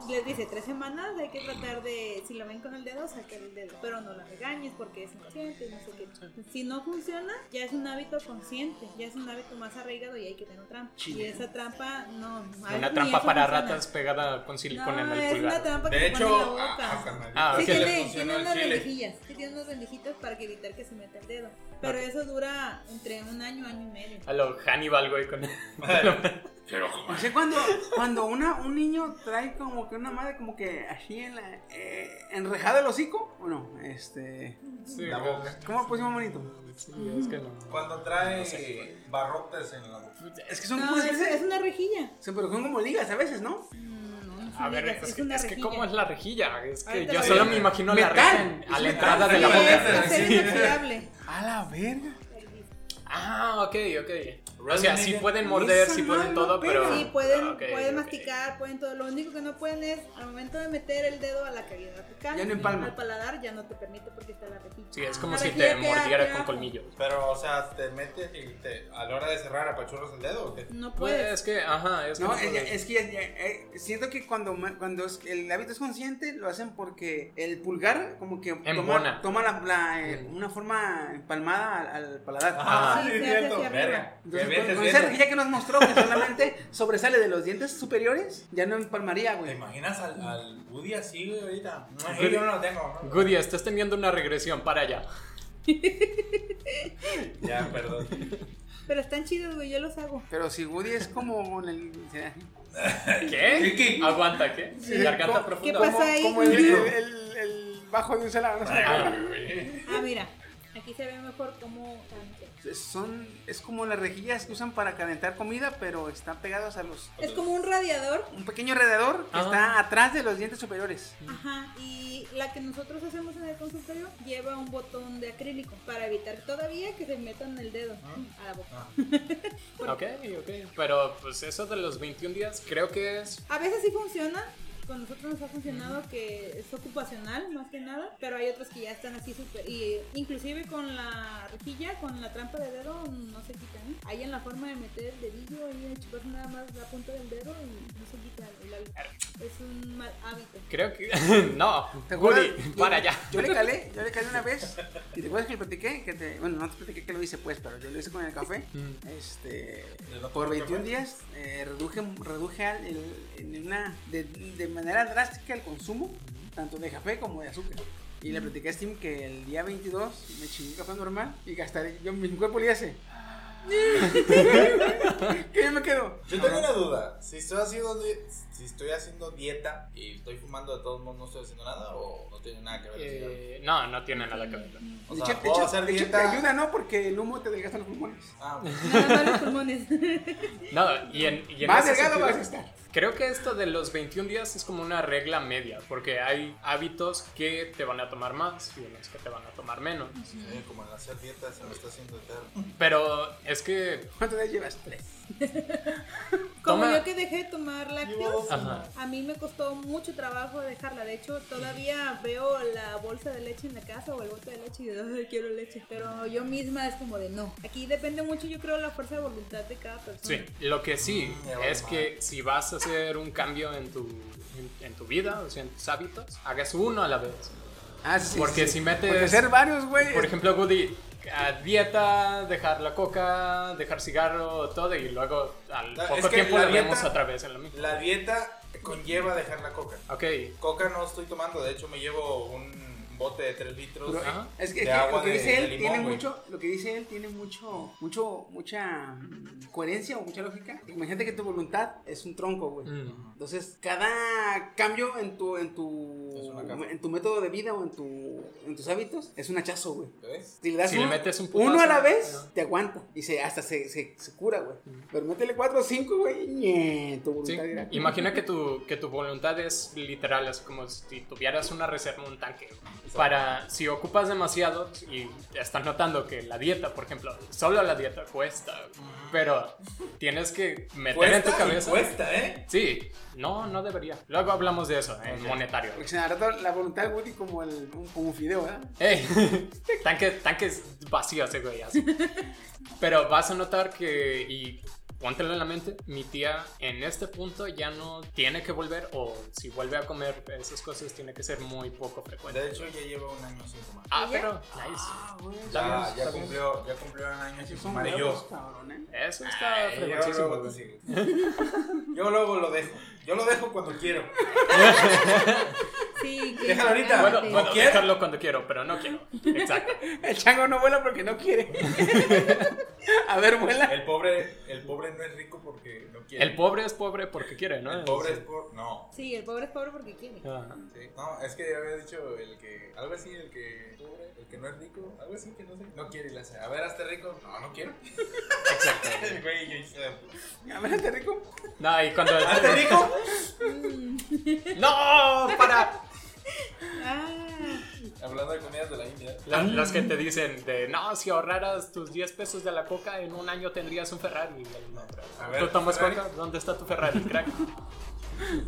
les dice, tres semanas hay que tratar de, si la ven con el dedo, sacar el dedo, pero no la regañes porque es inconsciente, no sé qué. Si no funciona, ya es un hábito consciente, ya es un hábito más arraigado y hay que tener trampa. Y esa trampa no... a veces
Una
ni
trampa
eso
para
funciona.
ratas pegada con silicona
No,
en el
es una
pulgar.
trampa que
De
te ponen
hecho,
en la
a-
boca.
hasta nadie-
Ah,
Sí,
ok.
le
tiene,
funcionó
tiene
el
unas
chile.
rendijillas, sí tiene unas rendijitas para que evitar que se meta el dedo. Pero eso dura entre un año, año y medio.
A lo Hannibal, güey, con
O sea, cuando, cuando una, un niño trae como que una madre como que así en la... eh, enrejado el hocico, ¿o no? Este...
(laughs) Sí,
La boca.
¿Cómo lo pusimos bonito?
sí, es que no.
Cuando trae barrotes en la boca.
Es que son
No,
como...
es, es una rejilla.
Sí, pero son como ligas a veces, ¿no?
Ah, No, no, no
A
son
ver,
ligas,
es,
es
que,
una
es que
rejilla.
¿cómo es la rejilla? Es que
Ahorita
yo
lo
solo
digo.
me imagino la
Metal.
rejilla en- a la
Es
entrada de la
Sí,
boca.
es acero inoxidable.
A la verga.
Ah, ok, ok. O sea, sí pueden morder,
Esa
sí pueden
madre
todo,
no
pero...
Sí, pueden,
Ah, ok,
pueden
ok.
masticar, pueden todo. Lo único que no pueden es al momento de meter el dedo a la cavidad bucal.
Ya no empalma.
Al paladar ya no te permite porque está la rejilla.
Sí, es como
La
si
rejilla
te
queda-
mordiera
queda
con
abajo.
colmillos.
Pero, o sea, te metes y te, a la hora de cerrar apachurras el dedo. ¿o qué?
No
Pues
puedes.
es que, ajá, es que...
No,
no
es,
puedes.
es que ya- ya, eh, siento que cuando, ma- cuando es- el hábito es consciente, lo hacen porque el pulgar como que toma,
Embona.
toma la, la, eh, una forma empalmada al, al paladar.
Ah,
Sí,
sí,
se
es
hace
cierto.
hacia
Verga.
arriba.
Entonces,
Bien,
con,
bien,
con
bien.
esa rejilla que nos mostró que solamente (laughs) sobresale de los dientes superiores, ya no empalmaría,
pues, ¿Te
güey.
imaginas al, al Woody así, güey, ahorita? Sí, yo no lo tengo. ¿no?
Goody, estás teniendo una regresión para allá.
Ya, perdón.
Pero están chidos, güey, yo los hago.
Pero si Woody es como con el...
¿Qué?
¿Qué?
Aguanta, ¿qué? Garganta
¿Qué
profunda.
pasa ahí?
Como el, el- el- el bajo de un celular. no sé.
Ah, mira. Aquí se ve mejor cómo...
Son, es como las rejillas que usan para calentar comida, pero están pegados a los...
Es como un radiador
Un pequeño alrededor que
Ah.
está atrás de los dientes superiores.
Ajá, y la que nosotros hacemos en el consultorio lleva un botón de acrílico para evitar todavía que se metan el dedo a la boca.
Ok, ok. Pero pues eso de los 21 días creo que es...
A veces sí funciona, con nosotros nos ha funcionado que es ocupacional más que nada, pero hay otros que ya están así súper... Y inclusive con la rejilla, con la trampa de dedo, no se quitan. ¿eh? Ahí en la forma de meter el dedillo y de chupar nada más la punta del dedo y no se quita el hábito. Es un mal hábito.
Creo que... (laughs) no,
¿Te
Goody,
acuerdas? Yo-
para allá.
Yo le calé, yo le calé una vez. ¿Y te acuerdas que le platiqué? Que te, bueno, no te platiqué que lo hice pues, pero yo lo hice con el café.
Mm.
Este, por 21 días eh, reduje, reduje al- el- en una, de, de manera drástica el consumo, tanto de café como de azúcar. Y le platiqué a Steam que el día 22 me chingué café normal y gastaré, yo mi cuerpo
(laughs)
le hace. ¿Qué yo me quedo?
Yo tengo una duda. Si estoy haciendo, di- si estoy haciendo dieta y estoy fumando, de todos modos no estoy haciendo nada o no tiene nada que ver.
Eh, no, no tiene nada que ver.
o
De
sea,
hecho- de
puedo
hecho-
hacer
de hecho, te
dieta.
ayuda, ¿no? Porque el humo te desgasta los pulmones.
Ah, bueno.
Nada más los pulmones.
No, y en, y en
Más
ese
delgado
sentido,
vas a estar.
Creo que esto de los 21 días es como una regla media, porque hay hábitos que te van a tomar más y unos que te van a tomar menos.
Sí, eh, como el hacer dieta se me está haciendo eterno.
Pero es que...
¿Cuántos días llevas? Tres.
Como
Toma-
yo que dejé de tomar lácteos,
Ajá.
a mí me costó mucho trabajo dejarla. De hecho, todavía veo la bolsa de leche en la casa o el bote de leche y digo, "Ay, quiero leche. Pero yo misma es como de no. Aquí depende mucho, yo creo, la fuerza de voluntad de cada
Sí,
persona.
lo que sí
ya vale
es que si vas a hacer un cambio en tu, en, en tu vida, o sea, en tus hábitos, hagas uno a la vez.
Ah, sí, sí,
Porque
sí.
si metes-
Porque ser varios, güey.
Por ejemplo, Goody, a dieta, dejar la coca, dejar cigarro, todo, y luego al
No, Ah, es
poco
que
tiempo
la
lo vemos
dieta-
otra vez en lo mismo.
La dieta conlleva dejar la coca.
Ok,
Coca no estoy tomando, de hecho me llevo un bote de 3 litros.
Pero
Ajá.
es que,
de
es que
agua
lo que
de-
dice él
de limón,
tiene
güey.
mucho, lo que dice él tiene mucho, mucho, mucha mm, coherencia o mucha lógica. Imagínate que tu voluntad es un tronco, güey.
Mm.
Entonces, cada cambio en tu, en tu en tu método de vida o en, tu, en tus hábitos, es un hachazo, güey.
¿Ves?
Si le das
Si le
uno,
metes un
uno a la
putazo,
vez,
ajá. Mm.
te aguanta. Y se, hasta se, se, se cura, güey. Pero métele cuatro o cinco, güey. ñe, tu
Sí,
voluntad dirá.
imagina que tu, que tu voluntad es literal, es como si tuvieras una reserva, un tanque. Para, si ocupas demasiado y estás notando que la dieta, por ejemplo, solo la dieta cuesta, pero tienes que meter en tu
Cuesta, y
cabeza.
cuesta, ¿eh?
Sí, no, no debería. Luego hablamos de eso, en monetario.
Porque se agarra la voluntad, güey, como, el, como un fideo, ¿verdad?
Ey, (laughs) tanque, tanques vacíos, eh, güey, así. Pero vas a notar que, y póntelo en la mente, mi tía en este punto ya no tiene que volver, o si vuelve a comer esas cosas, tiene que ser muy poco frecuente.
De hecho, ya lleva un año sin fumar.
Ah, pero, nice. Está
Ya,
bien,
ya
está bien.
cumplió, ya cumplió un año sin
Son
fumar. Y
huevos,
yo,
cabrón, ¿eh?
Eso está
Ay, yo
fregoncísimo,
luego te
güey.
sigo. Yo luego lo dejo. Yo lo dejo cuando quiero.
Sí, que-
Déjalo ahorita.
Puedo,
Sí.
puedo
¿Quieres?
dejarlo cuando quiero, pero no quiero. Exacto.
(laughs) El chango no vuela porque
(laughs)
no quiere. a ver, vuela.
El pobre, el pobre no es rico porque no quiere.
El pobre es pobre porque quiere, ¿no?
El pobre es por. No.
Sí, el pobre es pobre porque quiere.
Ah.
Sí. No, es que ya había dicho el que. Algo así, el que. Pobre, el que no es rico. Algo así que no sé. No quiere y la hace. A ver, hazte rico. No, no quiero. (laughs)
Exacto.
Güey, yo hice-
A ver, este rico.
No, y
(laughs)
cuando...
¿Hazte rico?
¡No! ¡Para!
Ah,
Hablando de comidas de la India.
(laughs) La- las que te dicen de no, si ahorraras tus 10 pesos de la coca, en un año tendrías un Ferrari.
A ver,
¿Tú tomas
Ferrari.
coca? ¿Dónde está tu Ferrari, crack?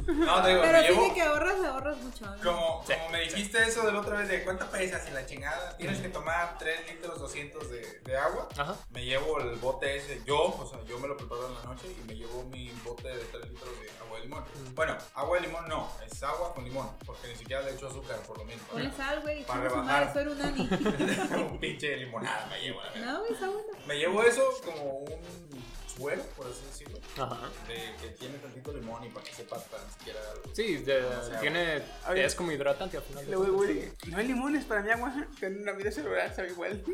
No, te digo,
pero
me
sí
llevo.
de que ahorras, ahorras mucho. ¿eh? ¿no?
Como,
Sí,
como me dijiste eso de la otra vez de cuánto pesas y la chingada, tienes que tomar 3 litros 200 de, de agua.
Ajá.
Me llevo el bote ese, yo, o sea, yo me lo preparo en la noche y me llevo mi bote de 3 litros de agua de limón. Bueno, agua de limón no, es agua con limón, porque ni siquiera le echo azúcar, por lo menos.
Ponle sal, güey.
Para
chinga su
rebajar.
madre, soy un nani.
(laughs) Un pinche de limonada me llevo. la verdad.
No, güey, está bueno.
Me llevo eso como un suero, por así decirlo,
(laughs) Ajá.
de que tiene tantito limón y para que sepa tan siquiera algo.
Sí, de- tiene,
Oye.
es como hidratante al final. de
Le voy,
cuentas.
güey. No hay limones para mi agua. En una vida celular sabe igual.
Ok.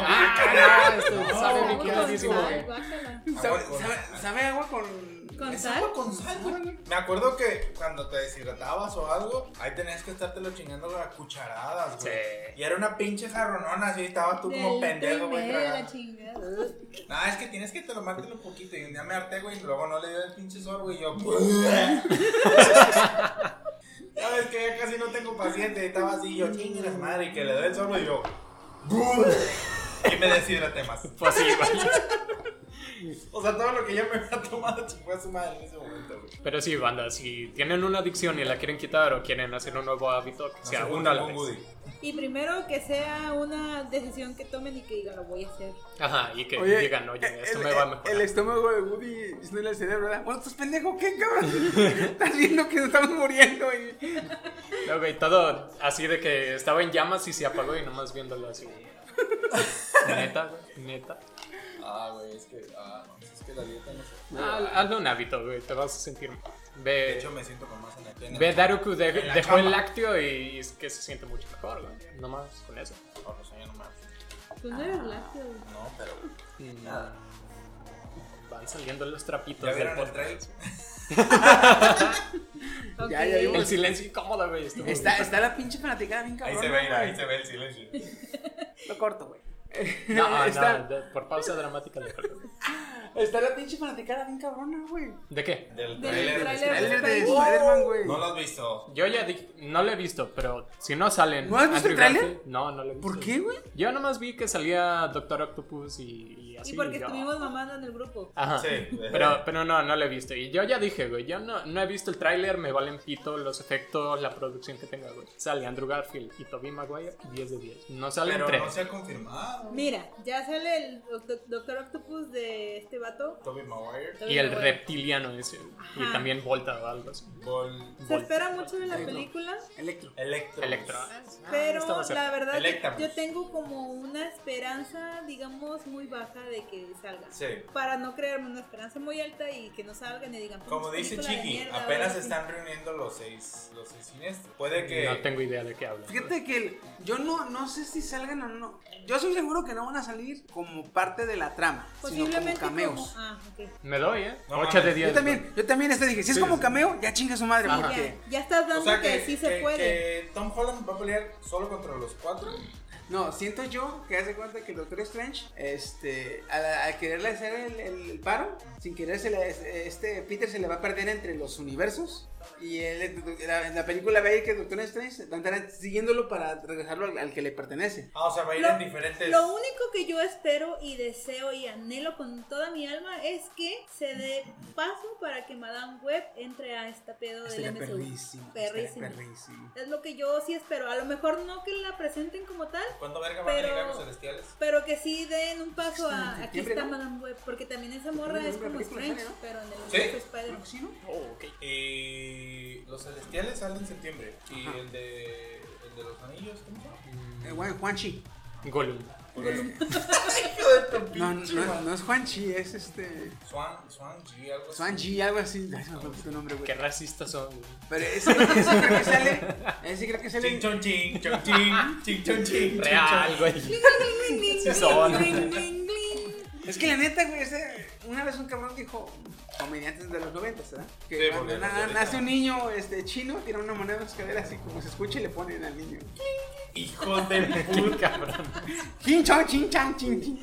Ah, esto sabe bien
Agua con
quemadísimo,
sal,
güey.
guácala.
Sabe,
Agua con-
sabe- sabe agua con.
¿Con
Es
sal?
agua con sal, güey. Me acuerdo que cuando te deshidratabas o algo, ahí tenías que estártelo chingando a cucharadas, güey.
Sí.
Y era una pinche jarronona, así estabas tú como
Del
pendejo, güey.
primero, la
tragando.
chingada.
Nah, es que tienes que tomártelo un poquito. Y un día me harté, güey, y luego no le dio el pinche sorbo y
(laughs)
yo. (laughs) Sabes que ya casi no tengo paciente. y Estaba así, yo chingue la madre, y que le doy el sorbo y yo. (laughs) y me deshidraté más.
Pues sí, güey.
O sea, todo lo que yo me había (laughs) tomado chingó a su madre en ese momento, güey.
Pero sí, banda, si tienen una adicción y la quieren quitar o quieren hacer un nuevo hábito, que
No
sea
sé,
uno a la
un
vez.
Woody.
Y primero que sea una decisión que tomen y que digan, lo voy a hacer.
Ajá, y que digan, oye, esto
eh, el,
me va a
el-
mejorar.
El estómago de Woody es no el cerebro, ¿verdad? Bueno, estás pendejo, ¿qué, cabrón? (laughs) estás viendo que nos estamos muriendo. Y...
No, güey, todo así de que estaba en llamas y se apagó y nomás viéndolo
(laughs)
así. Neta, güey, neta.
Ah, güey, es que, ah, no, es que la dieta no sé.
Ah, hazle un hábito, güey, te vas a sentir mal.
De
Ve,
hecho, me siento con más energía.
ve Daruku de-
en la
dejó el
cama.
lácteo y es que se siente mucho mejor, güey. Nomás con eso.
No, no sueño nomás.
Tú Pues no
Ah.
eres lácteo, güey.
No, pero.
Nada. Mm. Van saliendo los trapitos
¿Ya
del
vieron el
podcast.
trailer?
Ya, ya
Ok.
El silencio incómodo, güey. estuvo
Está, está la pinche fanaticada bien
Ahí
cabrón.
se ve, mira, ahí se ve el
(laughs)
silencio.
Lo corto, güey.
bien. No, no,
(laughs) está,
de- por pausa dramática de
está la pinche fanaticada bien cabrona, güey.
¿De qué?
Del
Del
trailer.
tráiler.
Trailer de Spider-Man, güey.
No lo has visto.
Yo ya dije, no lo he visto, pero si no salen.
¿No has visto el
Andrew
tráiler?
Garfield- No, no lo he visto.
¿Por qué, güey?
Yo nomás vi que salía Doctor Octopus y, y así.
Y porque
yo- ah,
estuvimos mamando en el grupo.
Ajá.
Sí.
Pero, pero no, no lo he visto. Y yo ya dije, güey, yo no, no he visto el tráiler, me valen pito los efectos, la producción que tenga, güey. Sale Andrew Garfield y Tobey Maguire, 10 de 10. No salen
Pero
tres.
no se ha confirmado.
Mira, ya sale el doc- Doctor Octopus de este vato.
Tobey Maguire.
y el
Bueno,
reptiliano ese. Y
Ajá.
también Volta o algo así.
Vol.
Se espera mucho de la película,
Electro.
Electro.
Electro.
Ah,
Ah,
pero
Ah,
estamos cerca.
la verdad
Electabuzz.
yo tengo como una esperanza, digamos, muy baja de que salga.
Sí.
Para no crearme una esperanza muy alta y que no salgan y digan.
Como
"Pinche
dice
película de
Chiqui,
mierda",
apenas
ahora
se
sí.
están reuniendo los seis, los seis siniestros. Puede que.
No tengo idea de qué hablo.
Fíjate que el- yo no, no sé si salgan o no. Yo soy seguro que no van a salir como parte de la trama, sino como
Posiblemente
cameos.
como- ah, ok.
Me doy, ¿eh?
No
8 de
mames.
10.
Yo también, yo también este dije, si es
Sí,
como
sí.
cameo, ya chinga su madre,
Ajá.
porque
Ya, ya estás dando
O sea
que,
que,
sí se
que-
puede.
que Tom Holland va a pelear solo contra los cuatro.
no, siento yo que hace cuenta que el Doctor Strange, este, al, al quererle hacer el, el paro, sin querer se le- este Peter se le va a perder entre los universos. Y él- la, en la película ve que el Doctor Strange va a andar siguiéndolo para regresarlo al, al que le pertenece.
Ah, o sea, va a ir
Lo-
en diferentes.
este
Lo único que yo espero y deseo y anhelo con toda mi alma es que se dé paso para que Madame Web entre a esta pedo
Estaría
del MCU.
perrísimo. estaría
Perrísimo.
perrísimo.
Es lo que yo sí espero. A lo mejor no que la presenten como tal,
¿Cuándo verga van a llegar
Pero-
los celestiales?
pero que sí den un paso
Sí,
a
en
aquí
septiembre,
está
¿no?
Madame Web, porque también esa morra
Septiembre,
es como
película,
Strange,
¿no?
pero en el
¿Sí?
universo Spider.
Creo que sí, ¿no?
Oh, ok.
Y Eh, los celestiales salen en septiembre. Y el de, el de los anillos, ¿cómo se llama?
Eh, Juan- Juanchi.
Gollum.
No, no, no, no es Juanchi, es este.
Swan, Swan G, algo así.
Swanji, algo así. Ay, se me fue su nombre, güey.
Qué racistas son. güey.
Pero ese, ese creo que sale. Ese creo que sale.
Ching chong ching, chong ching, ching chong ching.
Real, güey. Sí son.
Es que la neta, güey, ese- una vez un cabrón dijo, comediantes de los 90, ¿verdad? Que
Sí,
cuando
porque
na-
los de
nace
ahorita.
un niño este, chino, tira una moneda en su cadera así como se escucha y le ponen al niño.
Hijos de puta.
Qué cabrón.
Chin, chon, chin, chan, chin, chin.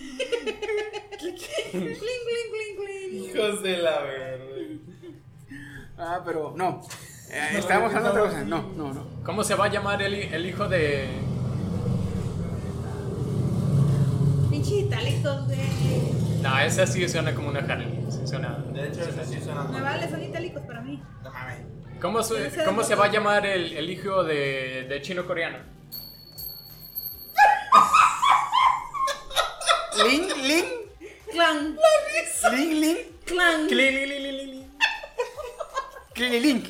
Hijos de la verga.
Ah, pero no. Eh, estábamos hablando de otra cosa. No, no, no.
¿Cómo se va a llamar el, hi- el hijo de.
Pinche itálicos, güey.
No, ese sí suena como una Harley. sí suena-
De hecho, es así
Me
sonando.
vale, son itálicos para mí.
No mames.
¿Cómo se, cómo se va a llamar el, el hijo de, de chino coreano?
Ling, Ling,
Clan,
Ling, Ling,
clan,
Cli, li, li, li, li, li.
Cli, Link.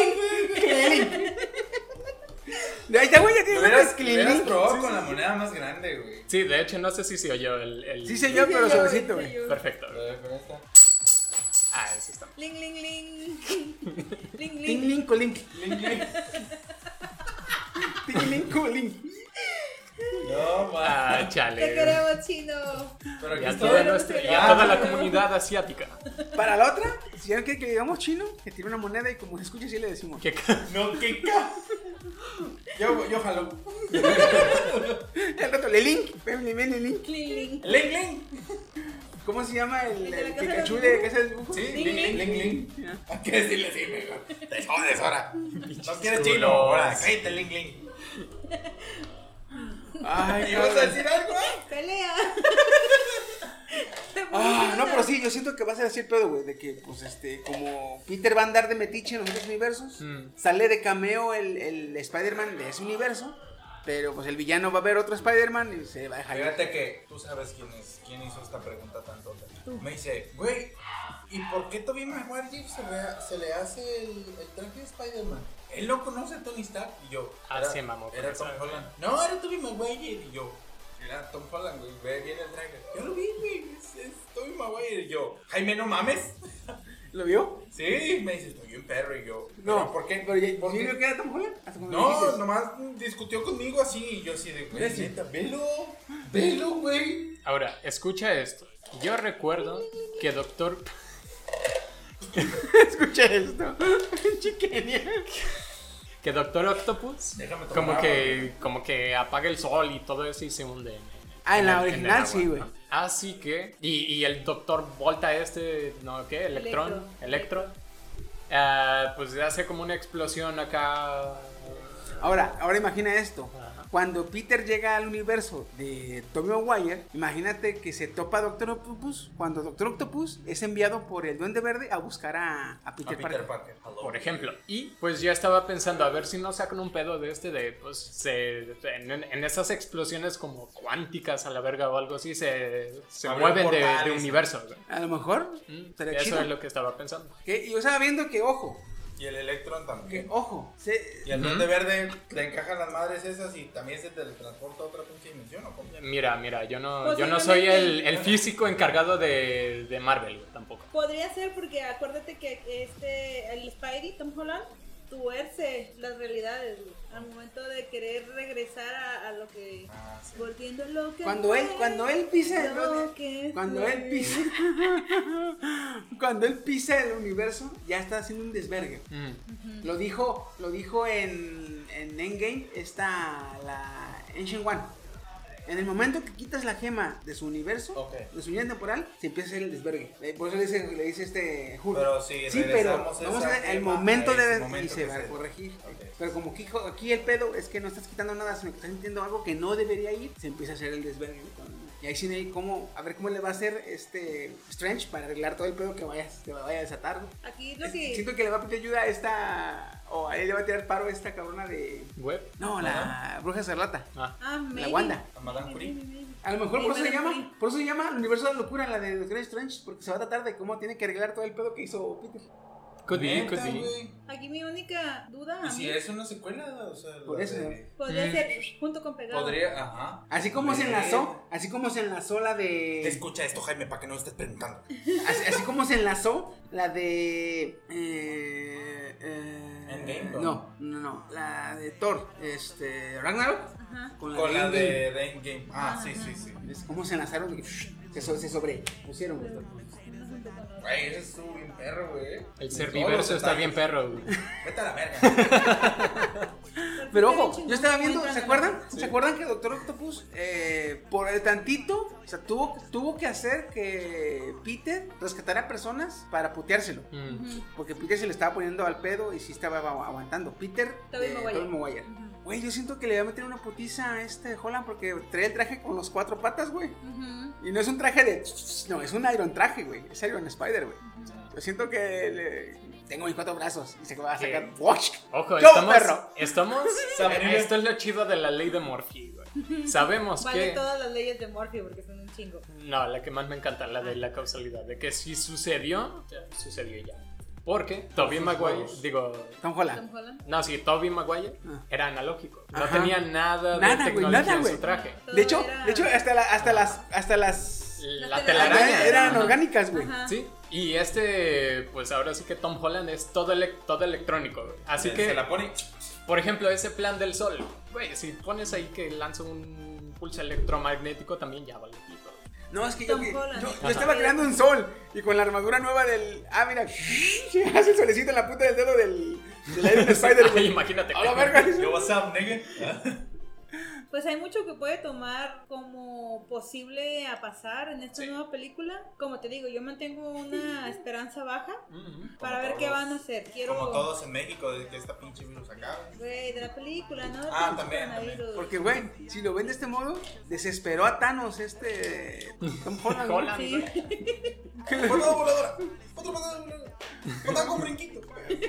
Clink. Ahí está, güey, ya tiene
Hubieras,
notas, Clink.
hubieras probado con la moneda más grande, güey.
Sí, de hecho, no sé si se oyó el. el-
Sí, señor, pero suavecito, güey.
Perfecto.
A ver, con esta.
Ah, ese
(laughs)
está.
Ling, ling,
(laughs)
ling. Ling,
Ting,
ling.
link, colink. Ting, link, colink.
No mames.
Ah,
Te
chale.
queremos, chino.
Pero
Y
aquí Ah.
a,
está.
toda nuestra- y a toda la comunidad asiática.
Para la otra, si alguien que digamos chino, que tiene una moneda y como se escucha, sí le decimos.
Qué ca-
No, qué ca. Yo, yo jalo.
El rato, le link, ven, ven, ven, le link.
Ling, ling.
Ling, ling.
¿Cómo se llama el,
El de la
el
casa
Pikachu
del
de Casa del Dibujo?
Sí, Ah.
Ling,
ling, ling, ling,
Ya.
ling. Hay que decirle así, mejor. Te jodes ahora. No quieres
culos.
chino. Ahora, cállate, ling, ling.
Ay,
¿Y
no,
vas a decir algo?
Pelea. (laughs)
Ah, no, pero sí, yo siento que vas a decir pedo, güey, de que, pues, este, como Peter va a andar de metiche en los otros universos,
Mm.
sale de cameo el, el Spider-Man de ese universo, pero, pues, el villano va a ver otro Spider-Man y se va a dejar. ir.
Fíjate que tú sabes quién es, quién hizo esta pregunta tan tonta. Me dice, güey, ¿y por qué Tobey Maguire se le, se le hace el, el traje de Spider-Man? Él no conoce a Tony Stark y yo.
Ah,
era-
sí, mamón,
Era
con
Tom
eso.
Holland. No, era Tobey Maguire y yo. Era Tom Holland, güey, ve bien el traje. Yo lo vi, güey, es, es Tobey Maguire y yo. Jaime, no mames.
¿Lo vio?
Sí, me dice, estoy bien perro y yo.
No,
"¿Pero ¿por qué?
Pero, ya-
¿Por
¿sí
qué?
vio que era Tom Holland? Hasta cuando me
No,
dijiste.
nomás discutió conmigo así y yo así de, güey,
Mira, sí.
neta, velo, velo, güey.
Ahora, escucha esto. Yo recuerdo que Doctor.
Escucha esto. Chiquenia.
Que Doctor Octopus.
Déjame tomar
Como
agua,
que, como que apaga el sol y todo eso y se hunde. en-
Ah, en la
el-
original
el agua,
sí, güey.
¿no? Así que. Y, y el Doctor Volta este. ¿No qué? Electrón. Electro. ah, pues hace como una explosión acá.
Ahora, ahora imagina esto.
Ajá.
Cuando Peter llega al universo de Tommy Maguire, imagínate que se topa a Doctor Octopus cuando Doctor Octopus es enviado por el Duende Verde a buscar a, a Peter,
A Peter
Parker.
Parker.
Por ejemplo. Y pues yo estaba pensando, a ver si no sacan un pedo de este de, pues, se, en, en esas explosiones como cuánticas a la verga o algo así, se, se
Abren
mueven de,
portales.
de universo. güey.
A lo mejor
Mm,
estaría
Eso
chido.
es lo que estaba pensando.
Que- Y yo estaba viendo que, ojo,
Y el Electron
Que,
también.
ojo, se-
Y el Duende Verde le encajan las madres esas y también se teletransporta a otra pinche dimensión, ¿o cómo?
Mira, mira, yo no,
Pues
yo no soy el,
obviamente-
el físico encargado de, de Marvel güey, tampoco.
Podría ser porque acuérdate que este el Spidey Tom Holland tuerce las realidades güey, al momento de querer regresar a, a lo que volviendo a lo que
Ah, Cuando él,
fue,
cuando él pisa el
lo que
cuando
fue.
él pisa, (laughs) cuando él pisa el universo, ya está haciendo un desvergue.
Mm.
Lo dijo, lo dijo en, en Endgame, está la Ancient One. En el momento que quitas la gema de su universo,
Ok.
de su línea temporal, se empieza a hacer el desvergue. Le- Por eso le dice, le dice este Hulk.
Pero si
sí, pero
regresamos esa
vamos a ver el
gema
momento
a ese
de y
momento
se
que
va a
se-
corregir.
Ok.
Pero como que, hijo, aquí el pedo es que no estás quitando nada, sino que estás metiendo algo que no debería ir, se empieza a hacer el desvergue. ¿no? Y ahí sí, ahí cómo, a ver cómo le va a hacer este Strange para arreglar todo el pedo que vaya, se vaya a desatar. ¿no?
aquí lo
Es-
que
Siento que le va a pedir ayuda a esta. O a él le va a tirar paro a esta cabrona de.
Web.
No, la bruja escarlata.
Ah.
ah,
La
maybe.
Wanda.
A Madame Curie.
Maybe, maybe.
A lo mejor por eso se
Sí,
llama.
sí.
Por eso se llama Universo de la Locura, la de Doctor Strange. Porque se va a tratar de cómo tiene que arreglar todo el pedo que hizo Peter.
Could be, could
Neta,
be.
güey.
aquí mi única duda
Y
a
si
mí,
es una secuela, o sea,
Ah, Por
la
eso.
de-
podría
Mm.
ser junto con pegado
podría, ajá.
Así como se
Bien.
enlazó. Así como se enlazó la de.
Escucha esto, Jaime, para que no estés preguntando.
Así, así como se enlazó la de. eh, eh,
Endgame, ¿no?
no, no, no. La de Thor. Este. Ragnarok.
Ajá.
Con la
Endgame.
de de Endgame. Ah, sí, sí, sí.
¿Ves ¿Cómo se enlazaron? Y, Se, so- se sobrepusieron. güey.
Güey, ese estuvo bien perro, güey.
El
Todos
serviverso
los
está
detalles.
bien perro. güey.
(laughs)
Vete a la verga.
Pero ojo, yo estaba viendo, ¿se acuerdan? ¿Se acuerdan que Doctor Octopus, eh, por el tantito, o sea, tuvo, tuvo que hacer que Peter rescatara personas para puteárselo?
Mm.
Porque Peter se le estaba poniendo al pedo y sí estaba agu- aguantando. Peter,
Tobey
eh,
Maguire.
Tobey Maguire. Güey, yo siento que le voy a meter una putiza a este Holland porque trae el traje con los cuatro patas, güey.
Ujú.
Y no es un traje de. No, es un Iron traje, güey. Es Iron Spider, güey. Yo siento que le- tengo mis cuatro brazos y se va a sacar. ¡Wash!
Ojo,
¡Yo,
estamos,
perro!
estamos,
Sabe-
esto es lo chido de la ley de Morphy, güey. Sabemos
vale
que,
todas las leyes de Morphy porque son un chingo
no, la que más me encanta, la de la causalidad, de que si sucedió, ya, sucedió ya. Porque Toby Maguire, digo,
Tom Holland.
Tom Holland
no, si Toby Maguire
Ah.
era analógico, no
Ajá.
tenía nada de
Nada, güey,
tecnología
nada,
en
güey.
su traje.
Todo
De hecho,
era-
de hecho hasta, la- hasta las hasta las
La
La
telaraña
telaraña
eran
Ajá.
orgánicas, güey.
Ajá.
Sí, y este, pues ahora sí que Tom Holland es todo, ele- todo electrónico. güey. (laughs) Así
Se-
que,
Se la pone.
por ejemplo, ese plan del sol, güey, si pones ahí que lanza un pulso electromagnético, también ya vale. pito, güey.
No, es que yo,
Tom
yo,
Holland.
yo estaba creando un sol y con la armadura nueva del ah mira, (laughs) hace el solecito en la punta del dedo del del
(laughs)
Iron
(laughs)
Spider,
Ay,
güey.
imagínate.
A la verga.
Yo WhatsApp, nigga.
Pues hay mucho que puede tomar como posible a pasar en esta nueva película. Como te digo, yo mantengo una esperanza baja
Mm.
para ver qué van a hacer. Quiero
Como todos en México, desde que esta pinche virus acaba.
Güey, de la película, ¿no? Del
Ah,
pinche
también,
coronavirus.
Porque güey, si lo ven de este modo, desesperó a Thanos este Tom Holland. güey.
Holland,
Sí.
güey.
Voladora, voladora. Otra patada voladora. Patada con brinquito.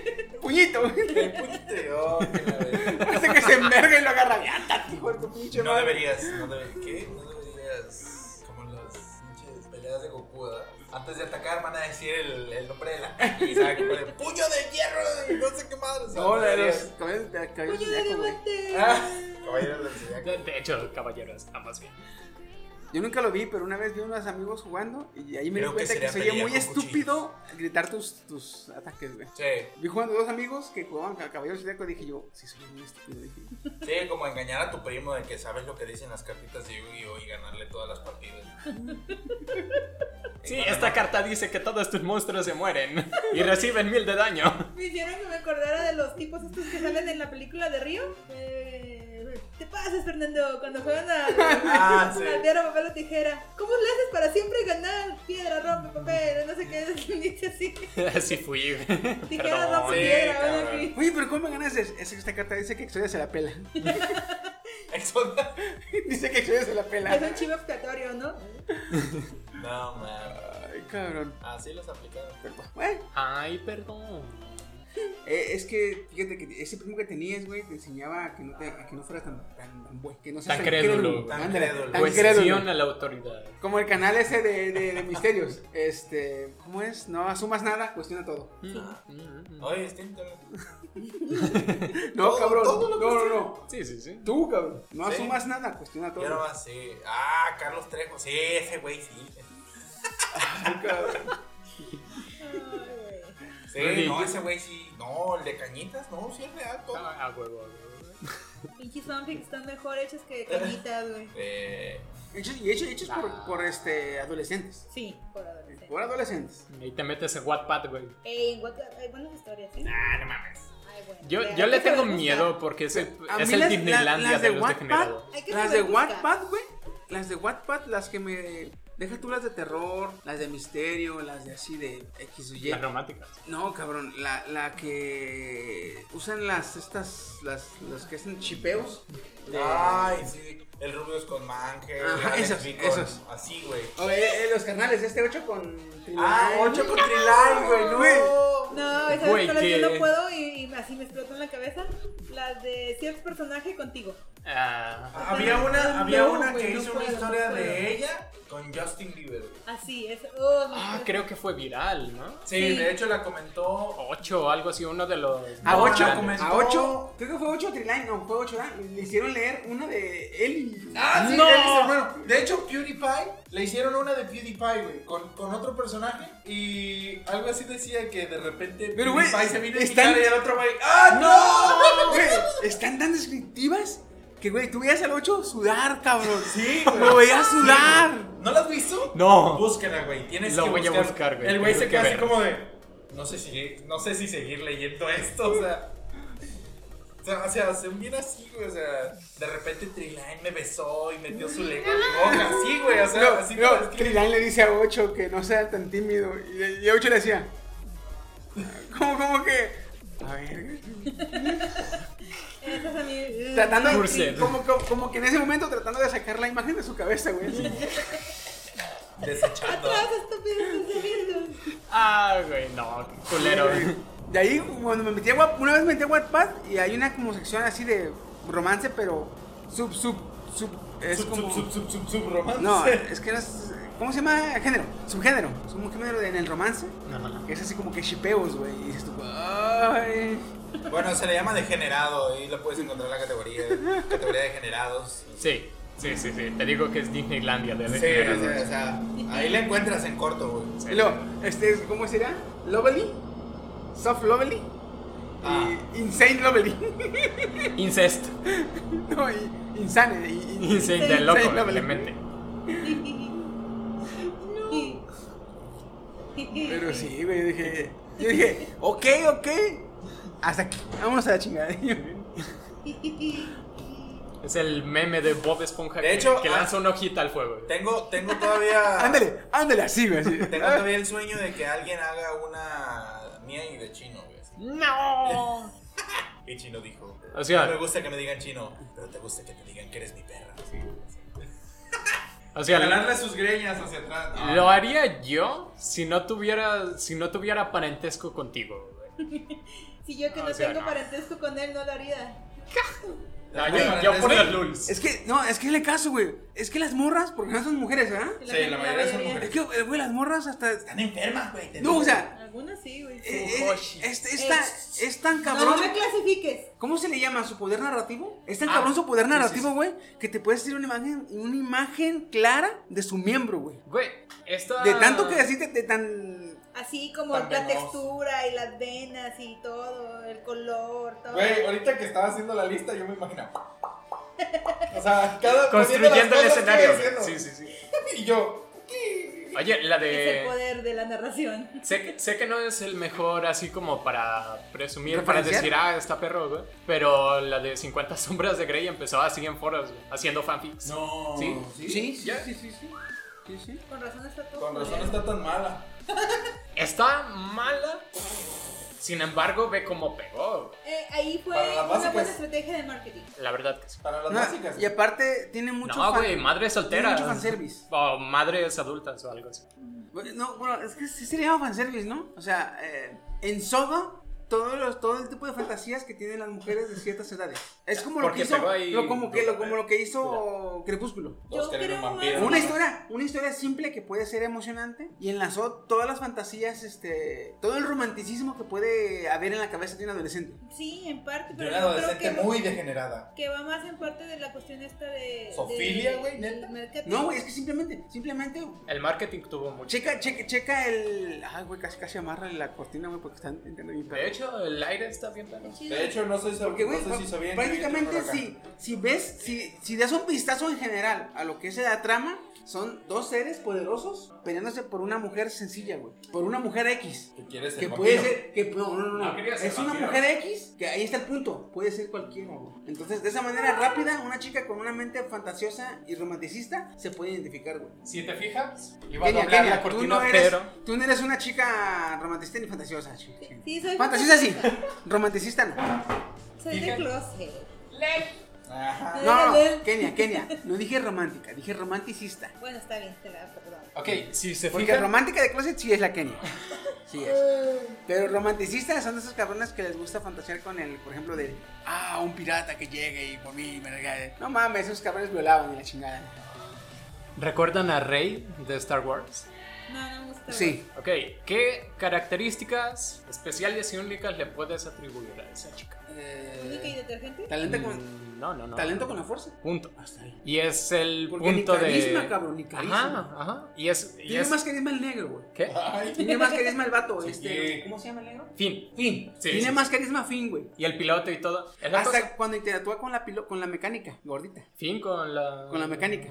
(laughs)
Puñito. güey.
El puñito de- oh, que la verga.
Hace que se enverga y lo agarra. Ya, tati, hijo de tu pinche
No
madre.
deberías, no deberías. ¿Qué? No deberías. Como las pinches peleas de Goku, ¿verdad? Antes de atacar van a decir el, el nombre de la (laughs) y sabe que pone, puño de hierro, no sé qué madre. o sea,
No, la de los
deberías.
caballos de caballos
Oye,
de Zodiaco, güey.
diamante.
Ah, caballero del zodiaco.
De, de hecho, caballeros, ambas bien.
Yo nunca lo vi, pero una vez vi unos amigos jugando y ahí me
Creo
di
que
cuenta
sería
que, se oía
pelea
muy
con
estúpido gritar tus, tus ataques, güey.
Sí,
Vi jugando dos amigos que jugaban a Caballero Zodíaco y dije yo, sí, soy muy estúpido. Dije,
sí, como engañar a tu primo de que sabes lo que dicen las cartitas de Yu-Gi-Oh y ganarle todas las partidas. (laughs)
Sí, esta carta dice que todos tus monstruos se mueren (laughs) y reciben mil de daño. (laughs)
Me hicieron que me acordara de los tipos estos que salen en la película de Río. Eh, Te pasas, Fernando, cuando juegan a
(laughs)
(laughs)
Ah, sí.
al piedra, papel o tijera. ¿Cómo le haces para siempre ganar? Piedra, rompe, papel, no sé qué. (laughs) Dice así.
Así fui.
Tijera,
Perdón.
rompe,
Sí,
piedra. algo
cabrón.
así.
Oye, pero ¿cómo me ganas? Es es que esta carta dice que Exodia se la pela. (laughs)
Eso-
dice que Exodia se la
Es
pela.
un chivo expiatorio, ¿no?
No, man.
Ay, cabrón.
Así los aplicaron.
Bueno,
Ay, perdón.
eh, es que, fíjate que ese primo que tenías, güey, te enseñaba a que no, te, a que no fueras tan, tan, tan buen- que no seas
Tan crédulo,
Tan,
tan
ándale,
crédulo. Pues,
tan crédulo.
Cuestión a la autoridad.
Como el canal ese de, de- de misterios. Este, ¿cómo es? No asumas nada, cuestiona todo.
Oye, está inter-
No,
Todo-
cabrón.
todo lo
no, no,
cuestiona.
no.
Sí, sí, sí.
Tú, cabrón. No
Sí.
asumas nada, cuestiona todo.
Ya nomás, sí. Ah, Carlos Trejo. Sí, ese güey, sí. Sí,
Rudy,
no,
yo-
ese güey sí. No, el de cañitas, no, sí es real. todo.
Ah, a huevo, a huevo.
Pinches fanfics están mejor hechos que cañitas, güey.
Eh,
Hechos, y hechos, hechos por, por, este, adolescentes.
Sí, por adolescente.
Por adolescentes.
Ahí te metes en Wattpad, güey.
Ey, en Wattpad hay buenas historias, ¿eh?
ah, no mames.
Ay, bueno,
Yo,
vean,
yo
hay
le
que
tengo
saber
miedo
buscar.
porque es el,
A
es
mí
el
las-
Disneylandia
las- las
de
de
los
Wattpad-
degenerados.
Hay que
Las de
saber buscar.
Wattpad, güey. Las de Wattpad, las que me. Deja tú las de terror, las de misterio, las de así de X o Y.
Las románticas.
No, cabrón, la, la que usan las estas, las, las que hacen chipeos. de-
Ay, sí. El Rubius con Mangel.
Ajá,
Alex
esos,
Bicol,
esos.
Así, güey.
O, eh, eh, los canales, este 8 con.
Ah, ocho con Trilay, güey. No,
No, esas
Güey,
con las que
que-
no puedo y, y así me explotó en la cabeza. Las de cierto personaje contigo.
Ah,
Había una, había
No,
una
güey,
que
no
hizo una
puedo,
historia
no puedo.
de ella con Justin Bieber. güey.
Así es. oh, me-
ah, creo que fue viral, ¿no?
Sí, de hecho la comentó.
Ocho o algo así, uno de los.
A
No,
8,
la comentó-
a 8, creo que fue 8 Triline, no, fue 8, Le hicieron leer una de él y.
Ah, sí,
¡No!
él es hermano. De hecho, PewDiePie le hicieron una de PewDiePie, güey, con, con otro personaje. Y algo así decía que de repente
Pero, güey,
PewDiePie se vino a
están-
picar y el otro güey. ¡Ah,
Güey, están tan descriptivas que, güey, tú veías al 8 sudar, cabrón.
Sí, güey.
Lo veías sudar.
no! ¿No las has visto?
No.
Búscala, güey. Tienes
Lo
que
voy a
buscar.
buscar, güey.
El güey
Tengo
se
que
queda así
ver.
como de. No sé si, no sé si seguir leyendo esto, o sea. O sea, o sea, se viene así, güey. O sea, de repente Trilane me besó y metió su lengua en mi boca. Sí, güey, o sea,
No,
así te
no,
describe.
Trilán le dice a Ocho que no sea tan tímido. Y, y Ocho le decía, ¿cómo, cómo que? A ver,
Esas a mí. uh, (laughs)
tratando
Cursed.
como, como, como que en ese momento tratando de sacar la imagen de su cabeza, güey.
Desechando.
Atrás, estúpidos pensamientos.
Ah, güey, no, qué culero.
De ahí, cuando me metí a Wattpad, una vez me metí a Wattpad y hay una como sección así de romance, pero sub, sub, sub, es
Sub,
como...
sub, sub, sub, sub, romance.
No, eh. es que no es... ¿Cómo se llama? Género, subgénero, subgénero de- en el romance,
Ajá.
que es así como que shipeos, güey, y dices tú, ay...
Bueno, se le llama degenerado y lo puedes encontrar en la categoría, categoría degenerados.
Sí, sí, sí, sí. Te digo que es Disneylandia de
Sí, o
degenerados.
sea, o sea, ahí la encuentras en corto, güey.
Y luego, este, es- ¿cómo será? Lovely, Soft Lovely
Ah.
y Insane Lovely. (laughs)
Incest.
no, y- Insane. y- y-
Incest de
Insane
loco,
Lovely.
le mente.
(laughs)
Pero sí, güey, yo dije, yo dije, ok, ok, hasta aquí, vámonos a la chingada.
Es el meme de Bob Esponja
De
que-
hecho,
que
ah,
lanza una hojita al fuego.
Tengo, tengo todavía.
ándale, ándale, así, güey, así.
Tengo todavía el sueño de que alguien haga una mía y de chino, güey. así.
¡No!
Y chino dijo.
O sea-
no me gusta que me digan chino, pero te gusta que te digan que eres mi perra.
O sea,
sus greñas hacia atrás. Ah, No.
Lo haría yo si no tuviera, si no tuviera parentesco contigo. güey.
Si yo que
No,
no,
o sea,
tengo
no.
parentesco con él, no lo haría.
No,
Güey,
yo, yo por
parentesco-
el Lulz.
Es que, no, es que le caso, güey, es que las morras, porque no son mujeres, ¿verdad?
Y
Sí, la mayoría son
Es
mujeres.
que, eh, güey, las morras hasta...
Están enfermas, güey. te
No,
digo.
o sea,
Algunas sí, güey.
eh, eh,
Fujoshi.
es, es tan, es tan
No,
cabrón...
no me clasifiques.
¿Cómo se le llama? ¿Su poder narrativo? Es tan
Ah,
cabrón su poder
sí, sí,
narrativo, güey, que te puedes decir una imagen, una imagen clara de su miembro, güey.
Güey, esta...
De tanto que decirte, de tan...
Así como
Tan
la
venoso.
textura y las venas y todo, el color, todo.
Güey, ahorita que estaba haciendo la lista, yo me imaginaba. O sea, cada. poniendo
Construyendo el
las cosas que
escenario.
iba haciendo.
Sí, sí, sí.
Y yo.
Oye, la
Es el
de...
poder de la narración.
Sé que, sé que no es el mejor así como para presumir, para
¿Referenciar?
decir, ah, está perro, güey. Pero la de 50 sombras de Grey empezó así en foros, güey, haciendo fanfics.
No.
¿Sí?
Sí,
Ya.
sí, sí, sí. Sí, sí.
Con razón está todo.
Con razón
culero.
está tan mala.
Está mala. Sin embargo, ve cómo pegó. güey.
Eh, ahí fue
Para pues. las
una
básicas.
buena estrategia de marketing.
La verdad que sí.
Para las
No,
básicas.
y aparte tiene mucho
no,
fan-
güey, madre soltera.
Tiene mucho fanservice.
O madres adultas o algo así.
No, bueno, es que sí se le llama fanservice, ¿no? O sea, eh, en Soga todos los, todo el tipo de fantasías que tienen las mujeres de ciertas edades. Es como lo que
Porque
hizo,
pegó ahí-
lo- como que, lo- como lo que hizo Crepúsculo.
Todos
Yo
querían un
creo
vampiro.
más-
Una historia, una historia simple que puede ser emocionante y enlazó todas las fantasías, este, todo el romanticismo que puede haber en la cabeza de un adolescente.
Sí, en parte,
De
pero
una
yo creo
adolescente
que,
muy degenerada.
que va más en parte de la cuestión esta de...
¿Sofilia,
de-
güey, neta?
del mercadeo.
No, güey, es que simplemente, simplemente
El marketing tuvo mucho.
checa, checa, checa el, ay, güey, casi, casi amarra la cortina, güey, porque están entrando bien
De hecho, el aire está bien raro.
Chido.
De hecho, no sé, si-
Porque, güey,
no sé si sabían. que había un
prácticamente
huracán.
si, si ves, si, si das un vistazo en general a lo que es la trama, son dos seres poderosos peleándose por una mujer sencilla, güey. Por una mujer X.
Que quieres
Que
el
puede
vampiro.
ser, que no, no, no, no.
No quería ser
es una
vampiro.
mujer X, que ahí está el punto, puede ser cualquiera, güey. Entonces, de esa manera rápida, una chica con una mente fantasiosa y romanticista se puede identificar, güey.
Si te fijas, iba a
Kenia,
doblar
Kenia,
la
tú
cortina,
no, eres,
pero.
tú no eres una chica romanticista ni fantasiosa, chica.
Sí, soy
Fantasiosa sí, romanticista no.
Soy de
Dije-
closet.
Ajá.
No, no, Kenia, Kenia. No dije romántica, dije romanticista.
Bueno, está bien, te la perdón.
Ok, si se
Porque
fijan.
romántica de closet sí es la Kenia. Sí es. Pero romanticistas son de esos cabrones que les gusta fantasear con el, por ejemplo, de ah, un pirata que llegue y por mí me regale. No mames, esos cabrones violaban y la chingada.
¿Recuerdan a Rey de Star Wars?
No, no me gusta.
Sí.
Ok, ¿qué características especiales y únicas le puedes atribuir a esa chica?
¿Única y
Eh,
detergente?
talento con,
Mm, No, no, no.
talento con la fuerza.
Punto.
Hasta ahí.
Y es el
Porque
punto
ni carisma,
de.
cabrón, ni carisma.
Ajá, ajá. Y es. Y
Tiene
es...
más carisma el negro, güey.
¿Qué? (laughs)
Tiene más carisma el vato,
Sí.
este. ¿Cómo se llama el negro?
Fin.
Fin.
Sí,
Tiene
sí,
más carisma Fin, güey.
Y el piloto y todo. Es la
Hasta
cosa.
cuando interactúa con la pilo- con la mecánica, gordita.
Fin con la.
Con la mecánica.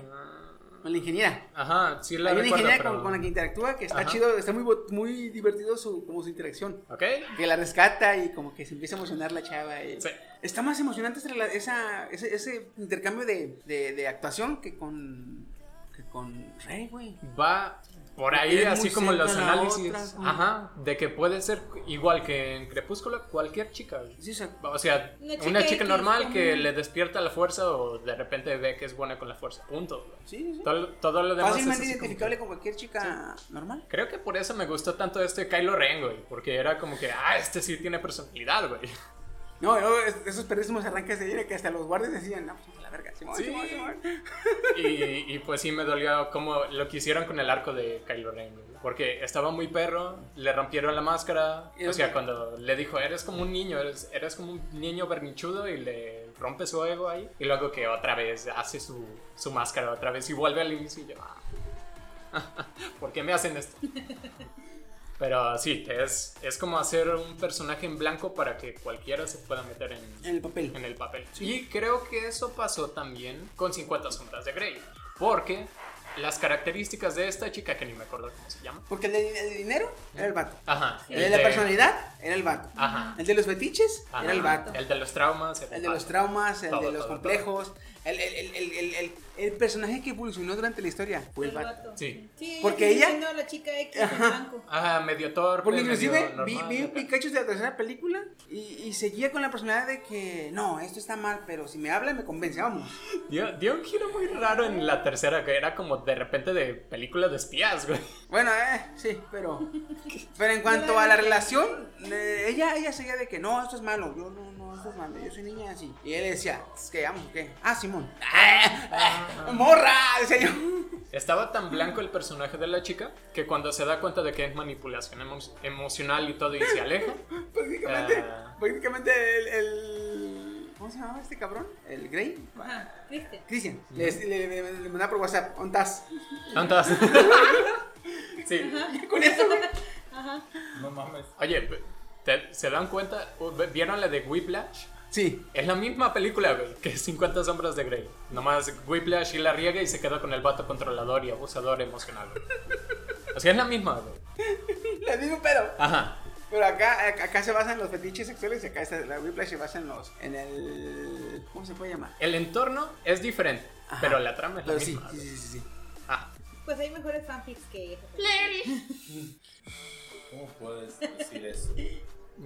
Con la ingeniera.
Ajá, sí la
Hay una
recuerdo.
ingeniera
pero-
con, con la que interactúa que está
Ajá.
chido, está muy, bo- muy divertido su, como su interacción.
Ok.
Que la rescata y como que se empieza a emocionar la chava. y-
Sí.
Está más emocionante esa rela- esa- ese, ese intercambio de, de- de actuación que con, que con Rey, güey.
Va por ahí,
Es muy
así como
cerca
los
la
análisis.
otra, güey.
ajá, de que puede ser igual que en Crepúsculo, cualquier chica.
Sí, o sea,
O sea,
Una
una
chica
chica,
X
normal
común.
que le despierta la fuerza o de repente ve que es buena con la fuerza. Punto.
sí, sí.
Todo, todo lo demás
Fácilmente
es así como
identificable
que-
con cualquier chica normal.
Creo que por eso me gustó tanto este Kylo Ren, güey. Porque era como que, ah, este sí tiene personalidad, güey.
No, no, es- esos perrísimos arranques de aire que hasta los guardias decían, no, pues a la verga, Simón,
Sí.
Simón, Simón".
Y, y, pues sí me dolió como lo que hicieron con el arco de Kylo Ren, güey, porque estaba muy perro, le rompieron la máscara,
Y
o
es-
sea, cuando le dijo, eres como un niño, eres, eres como un niño bernichudo y le rompe su ego ahí, y luego que otra vez hace su, su máscara otra vez y vuelve al inicio y yo, "Ah, (laughs) ¿por qué me hacen esto? Pero sí, es, es como hacer un personaje en blanco para que cualquiera se pueda meter en,
En el papel.
en el papel. Y creo que eso pasó también con 50 sombras de Grey, porque las características de esta chica, que ni me acuerdo cómo se llama,
Porque el de, el de dinero era el vato.
ajá,
El de la
de-
personalidad era el vato.
Ajá.
El de los fetiches
ajá,
era el vato.
el de los traumas,
El de los
vato.
traumas, el
Todo,
de los
todo,
complejos, el, el, el, el, el, el- el personaje que evolucionó durante la historia fue el
El
vato.
vato.
Sí.
Porque
sigue
ella-
siendo la chica X en blanco.
Ajá, medio torpe,
Porque
medio
inclusive vi,
normal,
vi
acá.
Pikachu de la tercera película y, y seguía con la personalidad de que no, esto está mal, pero si me habla me convence, vamos.
Dio, dio un giro muy raro en la tercera, que era como de repente de película de espías, güey.
Bueno, eh, sí, pero pero en cuanto a la relación, eh, ella ella seguía de que no, esto es malo, yo no, no, esto es malo, yo soy niña así. Y él decía, es que vamos, ¿qué? Ah, Simón. (laughs) ¡Ah! ¡Morra! Decía yo.
Estaba tan blanco el personaje de la chica que cuando se da cuenta de que es manipulación emo- emocional y todo y se aleja,
(laughs) Prácticamente,
Ah.
prácticamente el, el- ¿Cómo se llamaba este cabrón? El Grey.
Ajá, ¿viste?
Cristian. Le, le, le- le mandaba por WhatsApp. ¿Ontas? (laughs)
¿Tantas? sí.
Con eso, güey.
Ajá.
No mames.
Oye, ¿te- ¿se dan cuenta? ¿Vieron la de Whiplash?
Sí.
Es la misma película, güey, que 50 sombras de Grey. Nomás Whiplash y la riega y se queda con el vato controlador y abusador emocional, güey. O sea, es la misma, güey.
Le digo, pero.
Ajá.
Pero acá, acá se basan los fetiches sexuales y acá está, la Whiplash se basa en los. En el. ¿Cómo se puede llamar?
El entorno es diferente,
Ajá.
pero la trama es la
Pero sí,
misma.
sí,
güey.
sí, sí, sí.
Ah,
Pues hay mejores fanfics que ella.
¿Cómo puedes decir eso?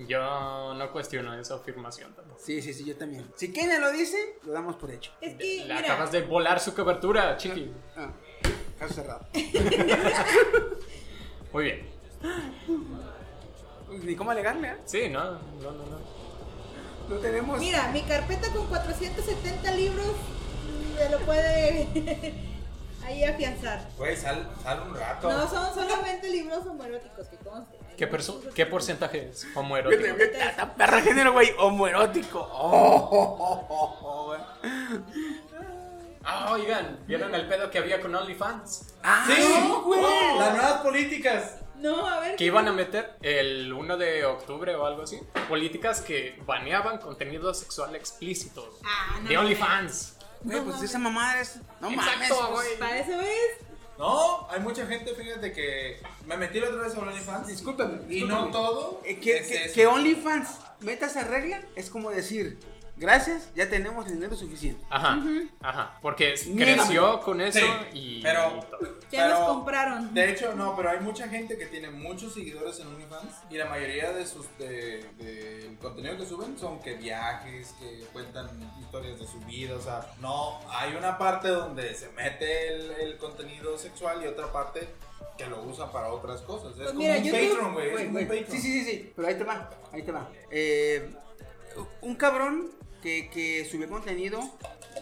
yo no cuestiono esa afirmación tampoco.
Sí, sí, sí, yo también. Si Kenia lo dice, lo damos por hecho.
Es que,
La
mira,
acabas de volar su cobertura, chiqui.
Ah, caso cerrado.
Muy bien.
Pues ni cómo alegarle, ¿eh?
Sí, no, no, no, no.
No tenemos.
Mira, mi carpeta con 470 libros se lo puede (laughs) ahí afianzar.
Güey, sal, sal un rato.
No son solamente libros homoeróticos que conste.
¿Qué, perso- qué porcentaje es
Vete,
homoerótico?
vete, ta- Perra género, güey, homoerótico. Oh, oh, oh, oh, oh, güey.
Ah, oigan, ¿vieron el pedo que había con OnlyFans?
Ah, no, güey.
Las nuevas políticas.
No, a ver.
Que iban a meter el 1 de octubre o algo así. Políticas que baneaban contenido sexual explícito
Ah, no.
de OnlyFans.
Güey, pues esa mamada es. No mames.
Exacto,
pues.
güey.
Para eso es.
No, hay mucha gente, fíjate que me metí la otra vez a OnlyFans.
Discúlpame,
Y no
discúlpame.
todo.
Eh, que,
es
que-
eso.
que OnlyFans meta esa regla es como decir, gracias, ya tenemos dinero suficiente.
Ajá, ajá. Porque
Mínimo.
creció con eso
Sí,
y.
pero-
y todo.
Ya
Pero-
nos compraron.
De hecho, no, pero hay mucha gente que tiene muchos seguidores en OnlyFans y la mayoría de sus de, del contenido que suben son que viajes, que cuentan historias de su vida, o sea, no, hay una parte donde se mete el, el contenido sexual y otra parte que lo usa para otras cosas. Es
Pues
como
mira,
un
YouTube-
Patreon, güey, es
Güey,
como un
güey,
Patreon.
Sí, sí, sí, sí, pero ahí te va, ahí te va. Eh, un cabrón que, que subió contenido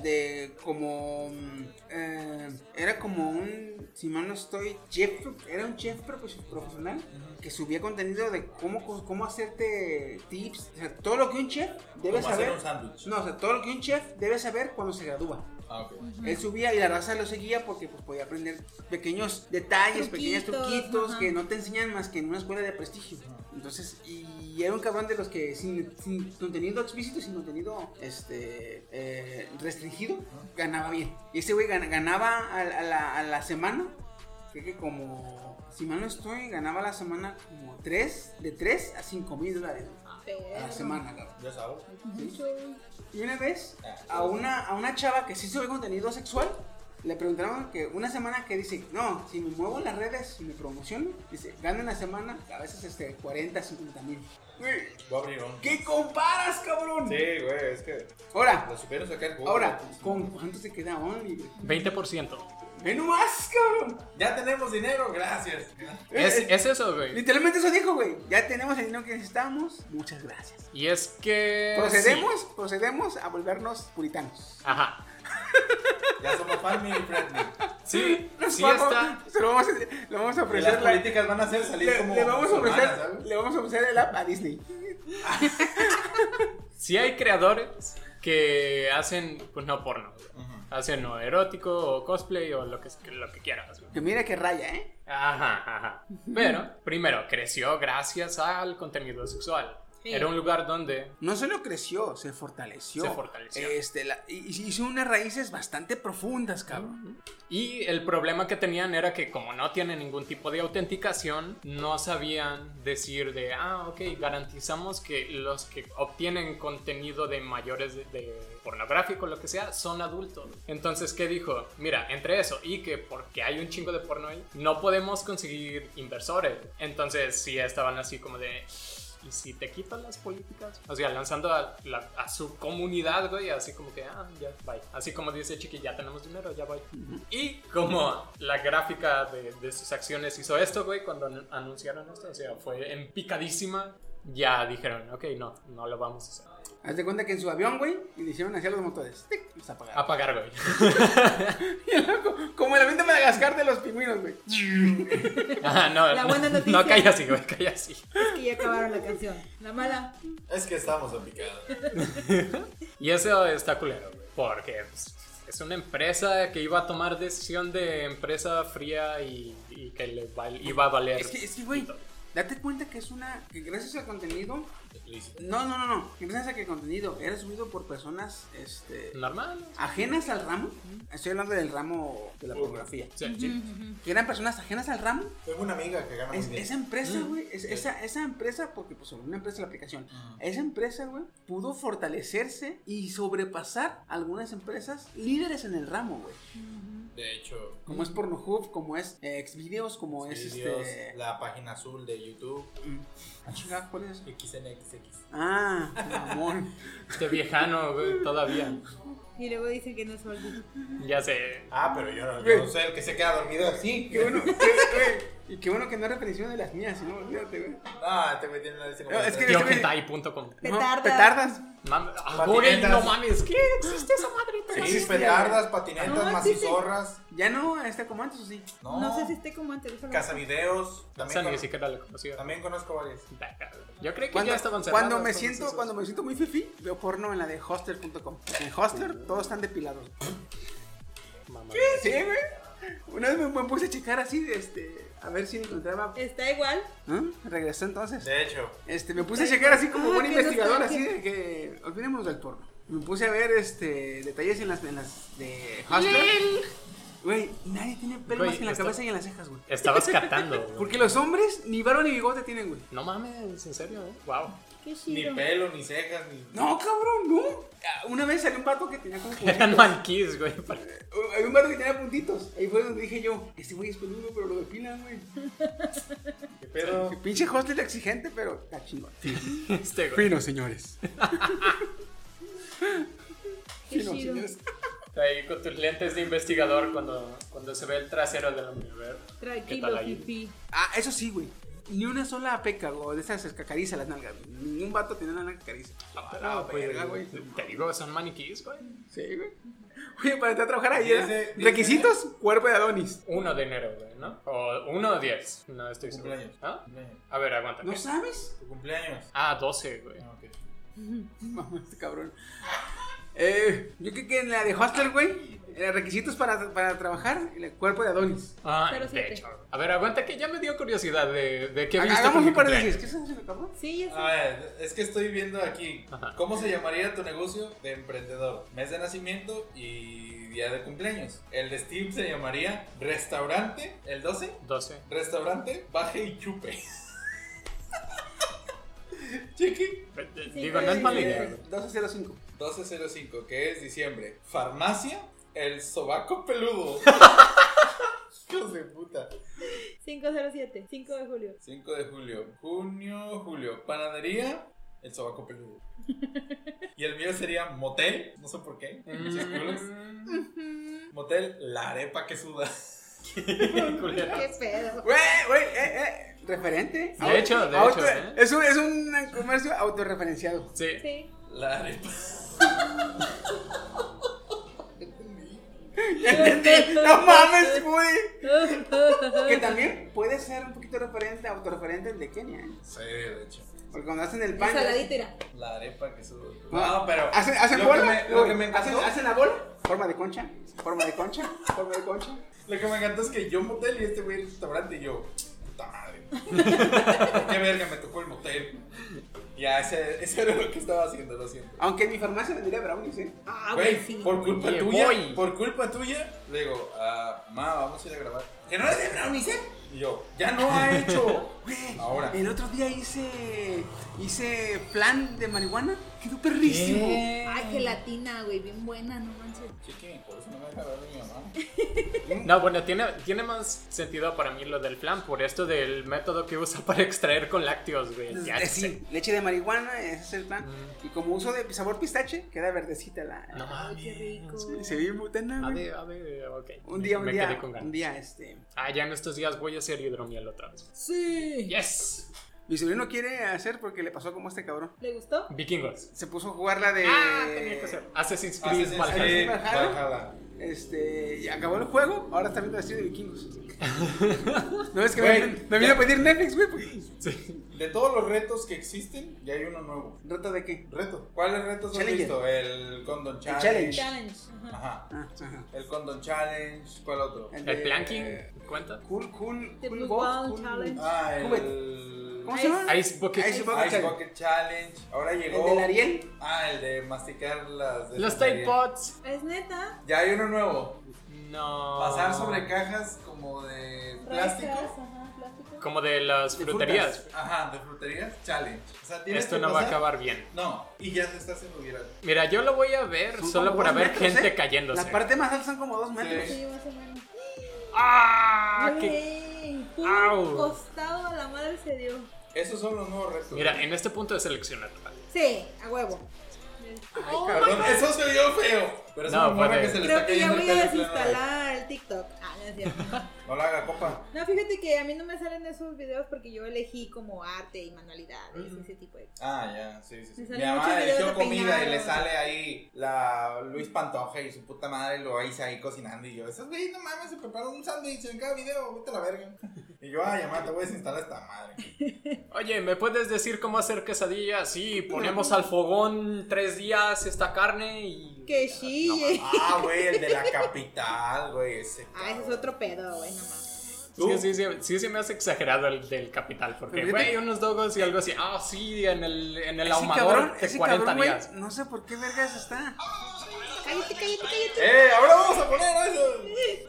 de como... mm, eh, era como un, si mal no estoy, chef, era un chef profe- profesional que subía contenido de cómo, co- cómo hacerte tips, o sea, todo lo que un chef debe
Como hacer
saber.
un sándwich.
No, o sea, todo lo que un chef debe saber cuando se gradúa.
Ah, ok.
Él subía y la raza lo seguía porque pues, podía aprender pequeños detalles, pequeños
Truquitos,
truquitos
ajá.
que no te enseñan más que en una escuela de prestigio. Entonces, y era un cabrón de los que sin, sin contenido explícito, sin contenido este, eh, restringido, ganaba bien. Y ese güey gana- ganaba a, a la, a la semana, creo que como, si mal no estoy, ganaba a la semana como 3, de 3 a 5 mil dólares a la
Ah,
Pero-
semana, cabrón.
Ya sabes.
Y una vez a una, a una chava que sí sube contenido sexual, le preguntaron que una semana que dice, no, si me muevo en las redes y me promociono, dice, gano en la semana a veces este, 40, 50 mil. Güey,
Voy a abrir un.
¿Qué comparas, cabrón?
Sí, güey, es que
Ahora,
lo supieron sacar. güey.
ahora, ¿con cuánto se queda Only? güey?
20%.
Ve nomás, cabrón.
Ya tenemos dinero, gracias.
Es,
Eh, eh,
es eso, güey.
Literalmente eso dijo, güey. Ya tenemos el dinero que necesitamos. Muchas gracias.
Y es que.
Procedemos, procedemos a volvernos puritanos.
sí. Ajá.
Ya somos family friendly.
Sí, sí
Vamos,
está.
Se lo vamos a,
Y
le vamos a
las
ofrecer la,
políticas van a hacer salir
Le,
como.
le vamos a
musulmanas,
ofrecer,
¿sabes?
le vamos a ofrecer el app a Disney.
Sí hay creadores que hacen, pues no porno. güey. Hacen o erótico o cosplay o lo que, lo que quieras, güey.
Que mira que raya, ¿eh?
Ajá, ajá. Pero, primero, creció gracias al contenido sexual.
Sí.
Era un lugar donde
No solo creció, se fortaleció.
Se fortaleció.
Este, la- y- y hizo unas raíces bastante profundas, cabrón.
Y el problema que tenían era que como no tienen ningún tipo de autenticación, no sabían decir de, ah, ok, garantizamos que los que obtienen contenido de mayores de, de pornográfico, lo que sea, son adultos. Entonces, ¿qué dijo? Mira, entre eso y que porque hay un chingo de porno ahí, no podemos conseguir inversores. Entonces, sí estaban así como de... Y si te quitan las políticas, o sea, lanzando a, la- a su comunidad, güey, así como que, ah, ya, bye. Así como dice Chiqui, ya tenemos dinero, ya, bye. Y como la gráfica de, de sus acciones hizo esto, güey, cuando an- anunciaron esto, o sea, fue en picadísima, ya dijeron, ok, no, no lo vamos a hacer.
Haz de cuenta que en su avión, güey, y le hicieron hacia los motores. ¡Tic! y Se apagaron.
Apagar, güey. (laughs)
Y el loco, (laughs) como el avión de Madagascar de los pingüinos, güey.
Ajá, Ah, no,
La buena
no,
noticia.
no, calla así, güey, calla así.
Es que ya acabaron la canción. La mala.
Es que estamos en picada.
Y eso está culero, güey, porque pues, es una empresa que iba a tomar decisión de empresa fría y, y que le val- iba a valer.
Es que, es que, güey, date cuenta que es una. Que gracias al contenido. No, no, no, no. Gracias a que el contenido era subido por personas, este.
Normal.
Ajenas al ramo, estoy hablando del ramo de la pornografía,
Sí, sí.
que eran personas ajenas al ramo
Tengo una amiga que gana
Es-
muy bien.
esa empresa, güey, es- esa, esa empresa, porque pues una empresa la aplicación, esa empresa, güey, pudo fortalecerse y sobrepasar algunas empresas líderes en el ramo, güey.
De hecho,
Como es Pornhub, como es eh, Xvideos, como es
Dios,
este...
la página azul de YouTube,
Ah, chingada, ¿cuál es?
XNXX.
Ah, mamón.
Este viejano, güey, todavía.
Y luego dicen que no es Oldie.
Ya sé.
Ah, pero yo no, yo no soy el que se queda dormido así.
Qué bueno, qué- güey, Y qué bueno que no referenció de las mías, sino, fíjate, güey.
Ah, te metí en la lista.
No, es que-
Yohentai.com.
No,
Petardas.
petardas.
Mam- ah, Google,
Patinetas.
no mames, ¿qué existe esa madre?
Sí,
todavía?
petardas,
No,
patinetas,
sí,
macizorras.
Ya no está como antes, o sí.
No,
No sé si esté como antes. déjalo.
Casavideos.
Esa
También,
ni
con-
siquiera la conocía.
también conozco varias.
Yo creí que
Cuando,
ya estaban cerradas.
cuando me
todas
siento,
esas.
cuando me siento muy fifi, veo porno en la de hoster.com. En hoster todos están depilados.
Mamá.
Sí, güey. Una vez me, me puse a checar así, este, a ver si encontraba.
Está igual.
¿Eh? Regresé entonces.
De hecho,
Este, me puse a checar así como
Ah,
buen
que
investigador,
no está
así
aquí.
de que olvidémonos del porno. Me puse a ver este detalles en las, en las de Hustler. Güey, nadie tiene pelo
Güey,
más que en la
esto-
cabeza y en las cejas, güey.
(laughs)
(laughs)
Estabas catando. güey.
Porque los hombres ni varón ni bigote tienen, güey.
No mames, en serio, ¿eh?
(laughs)
Wow.
Qué
ni
chido.
pelo, ni cejas, ni.
No, cabrón, no. Ah, Una vez salió un vato que tenía (laughs) como
Eran
puntitos.
manquís, güey.
Había un vato que tenía puntitos. Ahí fue donde dije yo, este güey es peludo, pero lo depilan, güey.
¿Qué pedo?
Que pinche hostel exigente, pero está chingón.
(laughs) Este, güey.
Fino,
(laughs)
señores.
Qué chido.
Ahí con tus lentes de investigador cuando, cuando se ve el trasero del hombre. a ver. ¿Qué
Tranquilo,
tal ahí?
pipí.
Ah, eso sí, güey. Ni una sola peca, güey, de esas cacariza las nalgas. güey. Ningún vato tiene una nalga cacariza.
Ah, no, güey,
pues, verga, güey.
Te digo, son maniquís, güey.
Sí, güey. Oye, para entrar a trabajar ahí,
Y
¿eh?
ese- y
requisitos, cuerpo de Adonis.
1 de enero, güey, ¿no? O 1 o 10. No estoy seguro.
Cumpleaños.
¿Ah?
Cumpleaños.
A ver, aguanta.
¿No (laughs) sabes?
Tu cumpleaños.
Ah, 12, güey.
Ah, ok.
Mamá, este cabrón. Eh, yo creo que en la de hostel, güey, eh, requisitos para, para trabajar, el cuerpo de Adonis.
Ah,
Pero
de
siete.
hecho. A ver, aguanta que ya me dio curiosidad de, de qué viste.
Hagamos
con
un
mi
par de
cumpleaños.
¿Qué se me acabó?
Sí, ya
A ver, es que estoy viendo aquí.
Ajá.
¿Cómo se llamaría tu negocio de emprendedor? Mes de nacimiento y día de cumpleaños. El de Steve se llamaría Restaurante, el 12.
12.
Restaurante, baje y chupe. (laughs) Chiqui.
Digo, no es mala idea, güey.
1205.
1205, que es diciembre. Farmacia, el sobaco peludo. (laughs) Hijos de puta.
sé. 507, 5 de julio.
5 de julio. Junio, julio. Panadería, el sobaco peludo. Y el mío sería motel, no sé por qué.
Mm.
pinches culos. Motel, la arepa que suda.
Culero.
Qué pedo.
Güey, güey, eh, eh. Referente.
De hecho, de
Auto-
hecho, ¿eh?
es, un, es un comercio autorreferenciado. (laughs)
Sí.
(laughs) Sí.
La arepa. (laughs)
¡No mames, güey! Que también puede ser un poquito referente, autorreferente el de Kenia. ¿eh?
Sí, de hecho.
Porque cuando hacen el pan.
Ensaladita, mira.
La arepa que suda.
Ah,
No, pero.
¿Hacen, hacen
lo
bola?
que me- lo que me
¿Hacen,
encantó.
hacen la bola? Forma de concha. Forma de concha. Forma de concha.
Lo que me encantó es que yo motel y este güey el restaurante y yo, puta madre. Qué verga me tocó el motel. Ya, ese, ese era lo que estaba haciendo, lo siento.
Aunque en mi farmacia vendría brownies, ¿eh?
Ah, güey,
Güey,
sí.
por culpa
Oye,
tuya,
voy.
por culpa tuya, le digo, ah, ma, vamos a ir a grabar. Que no es de brownies, ¿eh? Y yo, ya no ha hecho.
Güey,
Ahora.
El otro día hice. Hice plan de marihuana. Quedó perrísimo.
Ay, gelatina, güey, bien buena, no manches.
Chiqui, por eso no me deja ver de mi mamá.
No, bueno, tiene, tiene más sentido para mí lo del flan por esto del método que usa para extraer con lácteos, güey. Ya
Eh,
sé. Mm.
sí, leche de marihuana, ese es el plan. Y como uso de sabor pistache, queda verdecita la.
No mames.
Qué rico.
Se ve butana,
A
güey.
ver, a ver, ok.
Un día, un
Me
día,
quedé con ganas.
un día, este.
Ah, ya en estos días voy a hacer hidromiel otra vez.
Sí.
Yes.
Mi sobrino quiere hacer porque le pasó como a este cabrón.
¿Le gustó?
Vikingos.
Se puso a jugar la de.
Ah, tenía que ser. Assassin's Creed
Assassin's
Valhalla.
Creed
Valhalla.
Valhalla.
Este, y acabó el juego, ahora está viendo la serie de vikingos.
(laughs)
no es que
Güey,
me, me vino
ya.
a pedir Netflix, güey. porque-
Sí.
De todos los retos que existen, ya hay uno nuevo.
¿Reto de qué?
Reto. ¿Cuáles retos has
Challenger.
visto? El Condon Challenge.
challenge.
Challenge. ajá.
Ajá.
Ah, ajá.
El Condon Challenge, ¿cuál otro?
de-
El planking cuenta.
Cool, cool,
The
cool
Blue
Boat,
Wall
cool-
Challenge.
Ah, el
Cubet. ¿Cómo se llama?
Ice Bucket.
Eh, Ice Bucket
Ice
Challenge.
Bucket Challenge. Ahora llegó.
¿El del Ariel?
Ah, el de masticar las. de
Los
Ariel.
Tide Pods.
Ah.
Es neta.
Ya hay uno nuevo.
No.
Pasar sobre cajas como de
Rosas,
plástico.
ajá, plástico.
Como de las fruterías.
Ajá, de fruterías. Challenge. O sea, tienes
Esto
que
no va a
pasar-
acabar bien.
No, y ya se está haciendo viral.
Mira, yo lo voy a ver
Son
solo
como
por
dos
haber
metros,
gente
¿eh?
cayéndose.
La parte más alta son como dos metros.
Sí, más o menos.
¡Ah! qué-
Güey, puro
Au.
costado a la madre se dio.
Esos son los nuevos retos.
Mira, en este punto de seleccionar.
Sí, a huevo. madre.
Perdón, eso se vio feo. Pero es
No,
una morra
fue
que
de-
se le
Oh Creo
está
que ya
cayendo el
voy a
teléfono.
desinstalar el TikTok. Ah, no es
(laughs)
cierto.
No la haga, compa.
No, fíjate que a mí no me salen esos videos porque yo elegí como arte y manualidades, ese tipo de
Ah, ya, sí, sí. sí.
Me
Mi
salen muchos
mamá
videos de
eligió comida y le
peinados.
sale ahí la Luis Pantoja y su puta madre lo hice ahí cocinando. Y yo, esos güey, no mames, se preparó un sándwich en cada video, vete a la verga. (laughs) Y yo, ay, mamá, te voy a desinstalar esta madre.
Oye, ¿me puedes decir cómo hacer quesadillas? Sí, ponemos al fogón tres días esta carne y...
Que
No,
chille.
ah, güey, el de
(laughs)
la capital, güey, ese.
Ah, ese es
cabrón.
otro pedo, güey, no mames.
Sí, sí, sí, sí se me hace exagerado el del capital, porque,
Uh. Pero fíjate-
güey, unos dogos y algo así, ah, sí, en el, en el
Ese
ahumador
cabrón,
de
ese
40
cabrón, güey,
días.
no sé por qué vergas está.
Cállate, cállate, cállate.
¡Eh! Ahora vamos a poner eso.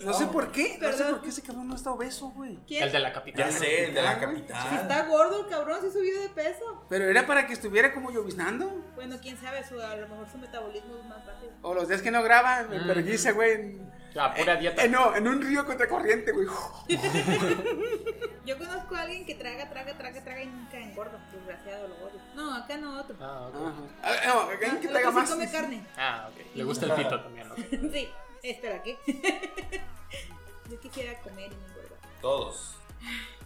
No sé por qué, no sé
Perdón.
por qué ese cabrón no está obeso, güey.
¿Quién?
El de la capital.
Ya sé, el de la
Si
capital.
está gordo el cabrón, si subió de peso.
Pero era para que estuviera como lloviznando.
Bueno, quién sabe, su, a lo mejor su metabolismo es más rápido.
O los días que no graba, me perguiza, güey. en-
Mm. La pura dieta.
Eh, no, en un río contracorriente, güey.
Yo conozco a alguien que traga, traga, traga, traga y nunca engorda. Desgraciado, lo odio. No, acá no, otro.
Ah, ok.
Ajá. Ah, No, alguien que
El otro
traiga
sí
más.
come carne. (laughs)
Ah, ok. Le gusta el pito también, ok.
sí, espera, ¿qué? (laughs) Yo quisiera comer y no engordar.
Todos.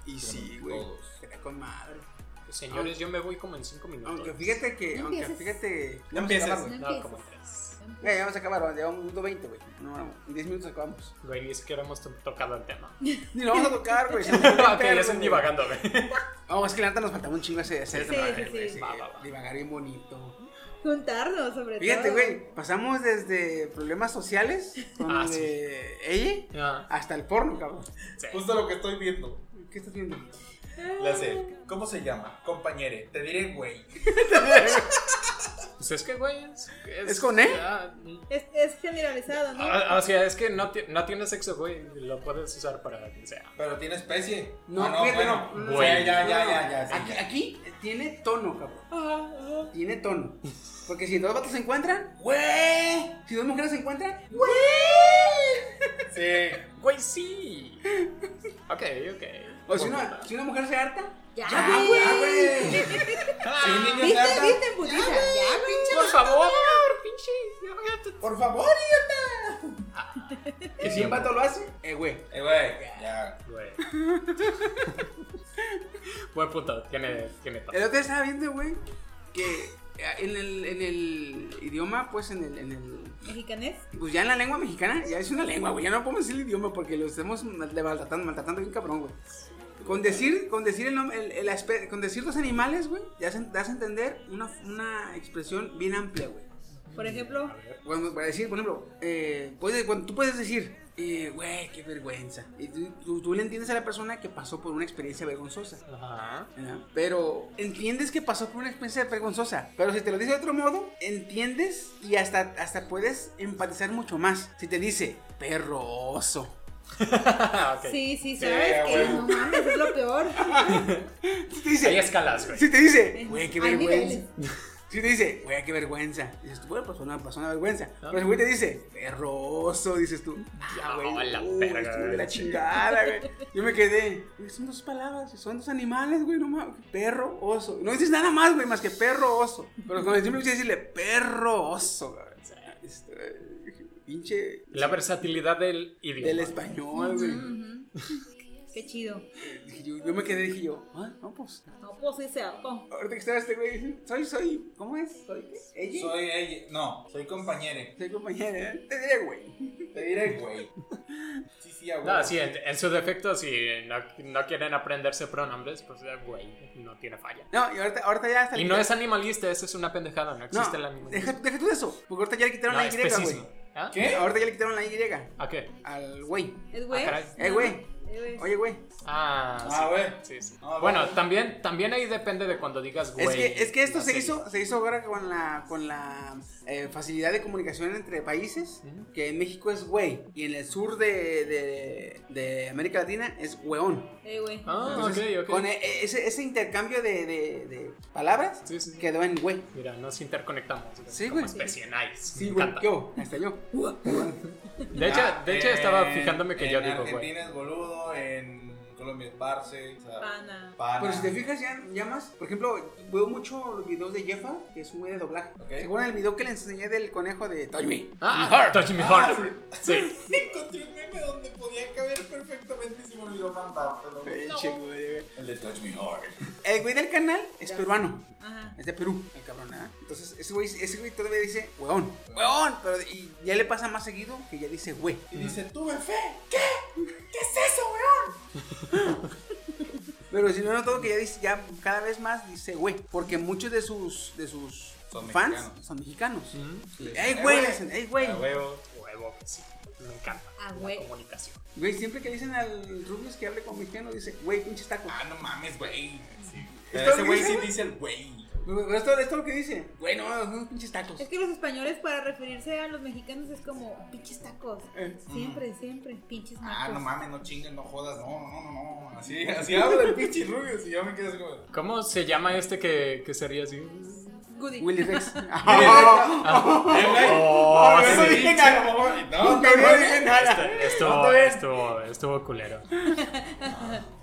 Y sí, güey. Era con madre.
Pues, Señores, yo me voy como en cinco minutos.
Aunque fíjate que,
No
aunque
empieces.
fíjate.
Ya empiezas.
No
No, como en
empieces.
tres.
Eh, vamos a acabar, vamos, llevamos un minuto 20, güey. No, no, en 10 minutos acabamos.
Güey, ni siquiera hemos to- tocado el tema.
Ni lo vamos a tocar, güey.
Ah, (laughs) ok, ya estoy divagando, (laughs) güey.
Vamos, es que la neta nos faltaba un chingo ese hacer
Sí,
ese
sí,
madre, güey,
sí.
Va, va, va.
Divagar bien bonito.
Juntarnos, sobre
Fíjate,
todo.
güey, pasamos desde problemas sociales con
Ah,
lo
sí.
de ella
Ah,
hasta el porno, cabrón.
sí. Pues,
Justo lo que estoy viendo.
¿Qué estás viendo?
Ah,
La sé. ¿Cómo se llama? Compañere, te diré güey.
Pues es que, güey, es...
¿Es con E?
ah,
Es, es generalizado, ¿no?
ah, o sea, es que no, ti- no tienes sexo, güey. Lo puedes usar para quien sea.
Pero tiene especie.
No,
Ah,
fíjate,
bueno.
no.
Sí,
Güey.
ya, ya, ya, ya. sí,
Aquí,
ya.
aquí tiene tono, cabrón. Ah, Tiene tono. Porque si dos vatos se encuentran,
¡Güey!
si dos mujeres se encuentran,
Sí.
Güey, sí. Ok, ok.
o si una, si una mujer se harta,
Ya,
¡Ah,
güey.
güey! Si un niño se
¿Viste,
harta,
viste, en putiza?
Ah.
Ya,
Ah, Por
pinche.
favor, pinche.
¡Por favor, idiota!
que si un vato lo hace, eh, güey.
Eh, güey, ya.
(laughs) Güey. Buen punto, tiene, tiene todo.
El otro día estaba viendo, güey, que eh, en el, en el idioma, pues en el, en el
¿Mexicanés?
Pues ya en la lengua mexicana, ya es una lengua, güey. Ya no podemos decir el idioma porque lo estamos mal- de maltratando, maltratando bien cabrón, güey. Con decir, con decir, el, nom- el- el aspe- con decir los animales, güey, ya se, das a entender una, una expresión bien amplia, güey.
Por ejemplo,
Cuando, para decir, por ejemplo, eh, puedes- cuando tú puedes decir, eh, güey, qué vergüenza. Y tú, tú- tú le entiendes a la persona que pasó por una experiencia vergonzosa.
Ajá.
¿verdad? Pero entiendes que pasó por una experiencia vergonzosa. Pero si te lo dice de otro modo, entiendes y hasta, hasta puedes empatizar mucho más. Si te dice perro oso.
Ah, ok.
sí,
Sí,
sí, sabes
a
que
huevo.
no mames, es lo peor.
Si te
Hay
dice,
escalas, güey.
si te dice, güey, qué
Hay
vergüenza.
niveles.
Si te dice, güey, qué vergüenza. Dices tú, bueno, pasó una, pasó una vergüenza. Pero si güey te dice, perro oso, dices tú.
Ah,
Ah, güey,
la
uy,
verga,
estuvo de la
sí.
chingada, güey. (laughs) Yo me quedé. güey, Son dos palabras, son dos animales, güey, no mames. Perro, oso. No dices nada más, güey, más que perro, oso. Pero cuando siempre quise decirle perro, oso, güey. O sea, este, pinche.
La versatilidad del idioma.
Del español, güey.
Ujú. Qué chido.
Dije Yo, yo me quedé, dije yo, ah, no, pues.
No, pues sí, se hartó.
Ahorita que estaba este güey, soy, soy, ¿cómo es? ¿Soy qué? ¿Ella? Soy,
Soy ella. No, soy compañere.
compañera, ¿eh? Te diré, güey.
Te diré güey. Sí, sí, a
No,
huevo.
sí, en, en su defecto, si no, no quieren aprenderse pronombres, pues, eh, güey, no tiene falla.
No, y ahorita, ahorita ya está.
Y no es animalista, eso es una pendejada, no
No,
existe el
deja,
animalismo.
deja tú eso, porque ahorita ya le quitaron
No,
la Y, güey.
especismo. ¿Ah?
¿Qué?
Ahorita ya le quitaron la Y.
¿A qué?
al güey.
¿Es güey?
Ah, caray.
Eh, güey.
Eh, güey.
Oye, güey.
Ah, sí.
Ah, güey.
Sí, sí.
Ah,
bueno,
vale.
también, también ahí depende de cuando digas güey.
Es que, es que esto
en la
se
serie.
hizo, se hizo ahora con la, con la eh, facilidad de comunicación entre países, que en México es güey, y en el sur de, de, de América Latina es weón.
Eh, güey.
Ah, ok, ok.
Con e- e- ese, ese intercambio de, de- de palabras
Sí, sí, sí.
quedó en güey.
Mira, nos interconectamos.
Sí,
como
güey.
especie, nice.
Sí,
me
güey.
encanta.
Yo, hasta yo.
De hecho,
Ah,
de hecho
en-
Eh,
estaba fijándome que yo
en
digo, güey.
Argentina es boludo, en Colombia Parce, o sea,
Pana.
Pana.
Pero si te fijas ya, ya más, por ejemplo, veo mucho los videos de Jeffa, que es un güey de doblaje.
Ok.
¿Se acuerdan el video que le enseñé del conejo de Touch Me?
Ah, Touch Me Heart. Sí.
(laughs) Encontré un meme donde podía caber perfectamente y se me olvidó mandártelo.
El chico, güey.
El de Touch Me Hard.
El güey del canal es peruano.
Ajá.
Es de Perú, el cabrón, ¿ah? Entonces, ese güey, ese güey todavía dice, weón, weón, pero y ya le pasa más seguido que ya dice, güey.
Y dice, tuve fe. ¿Qué? ¿Qué es eso, weón?
Pero si no noto que ya dice, ya cada vez más dice, güey, porque muchos de sus, de sus
Son
fans
mexicanos.
son mexicanos.
Sí.
Ey,
Eh,
güey,
güey.
le hacen, ey, güey.
A huevo.
Huevo que sí. Me encanta.
Ah,
la
güey.
comunicación.
Güey, siempre que dicen al Rubius que hable con mexicano, dice, güey, pinches tacos.
Ah, no mames, güey. Sí.
¿Está
Pero ese güey
bien,
sí
güey?
dice el güey.
Pero pero esto, esto es lo que dice, güey, no, no, no, pinches tacos.
Es que los españoles para referirse a los mexicanos es como pinches tacos.
Eh,
Siempre, siempre, pinches tacos.
Ah, no mames, no chingues, no jodas, no, no, no, no, no. Así, así habla el pinche Rubius y yo me quedo así como.
¿Cómo se llama este que, que sería así?
Goody.
Willy Rex. (laughs) Ah,
Eh, güey,
Oh,
por eso
sí.
dije nada, güey. No,
Nunca
cabrón.
dije
(laughs)
nada.
Estuvo, estuvo, estuvo culero.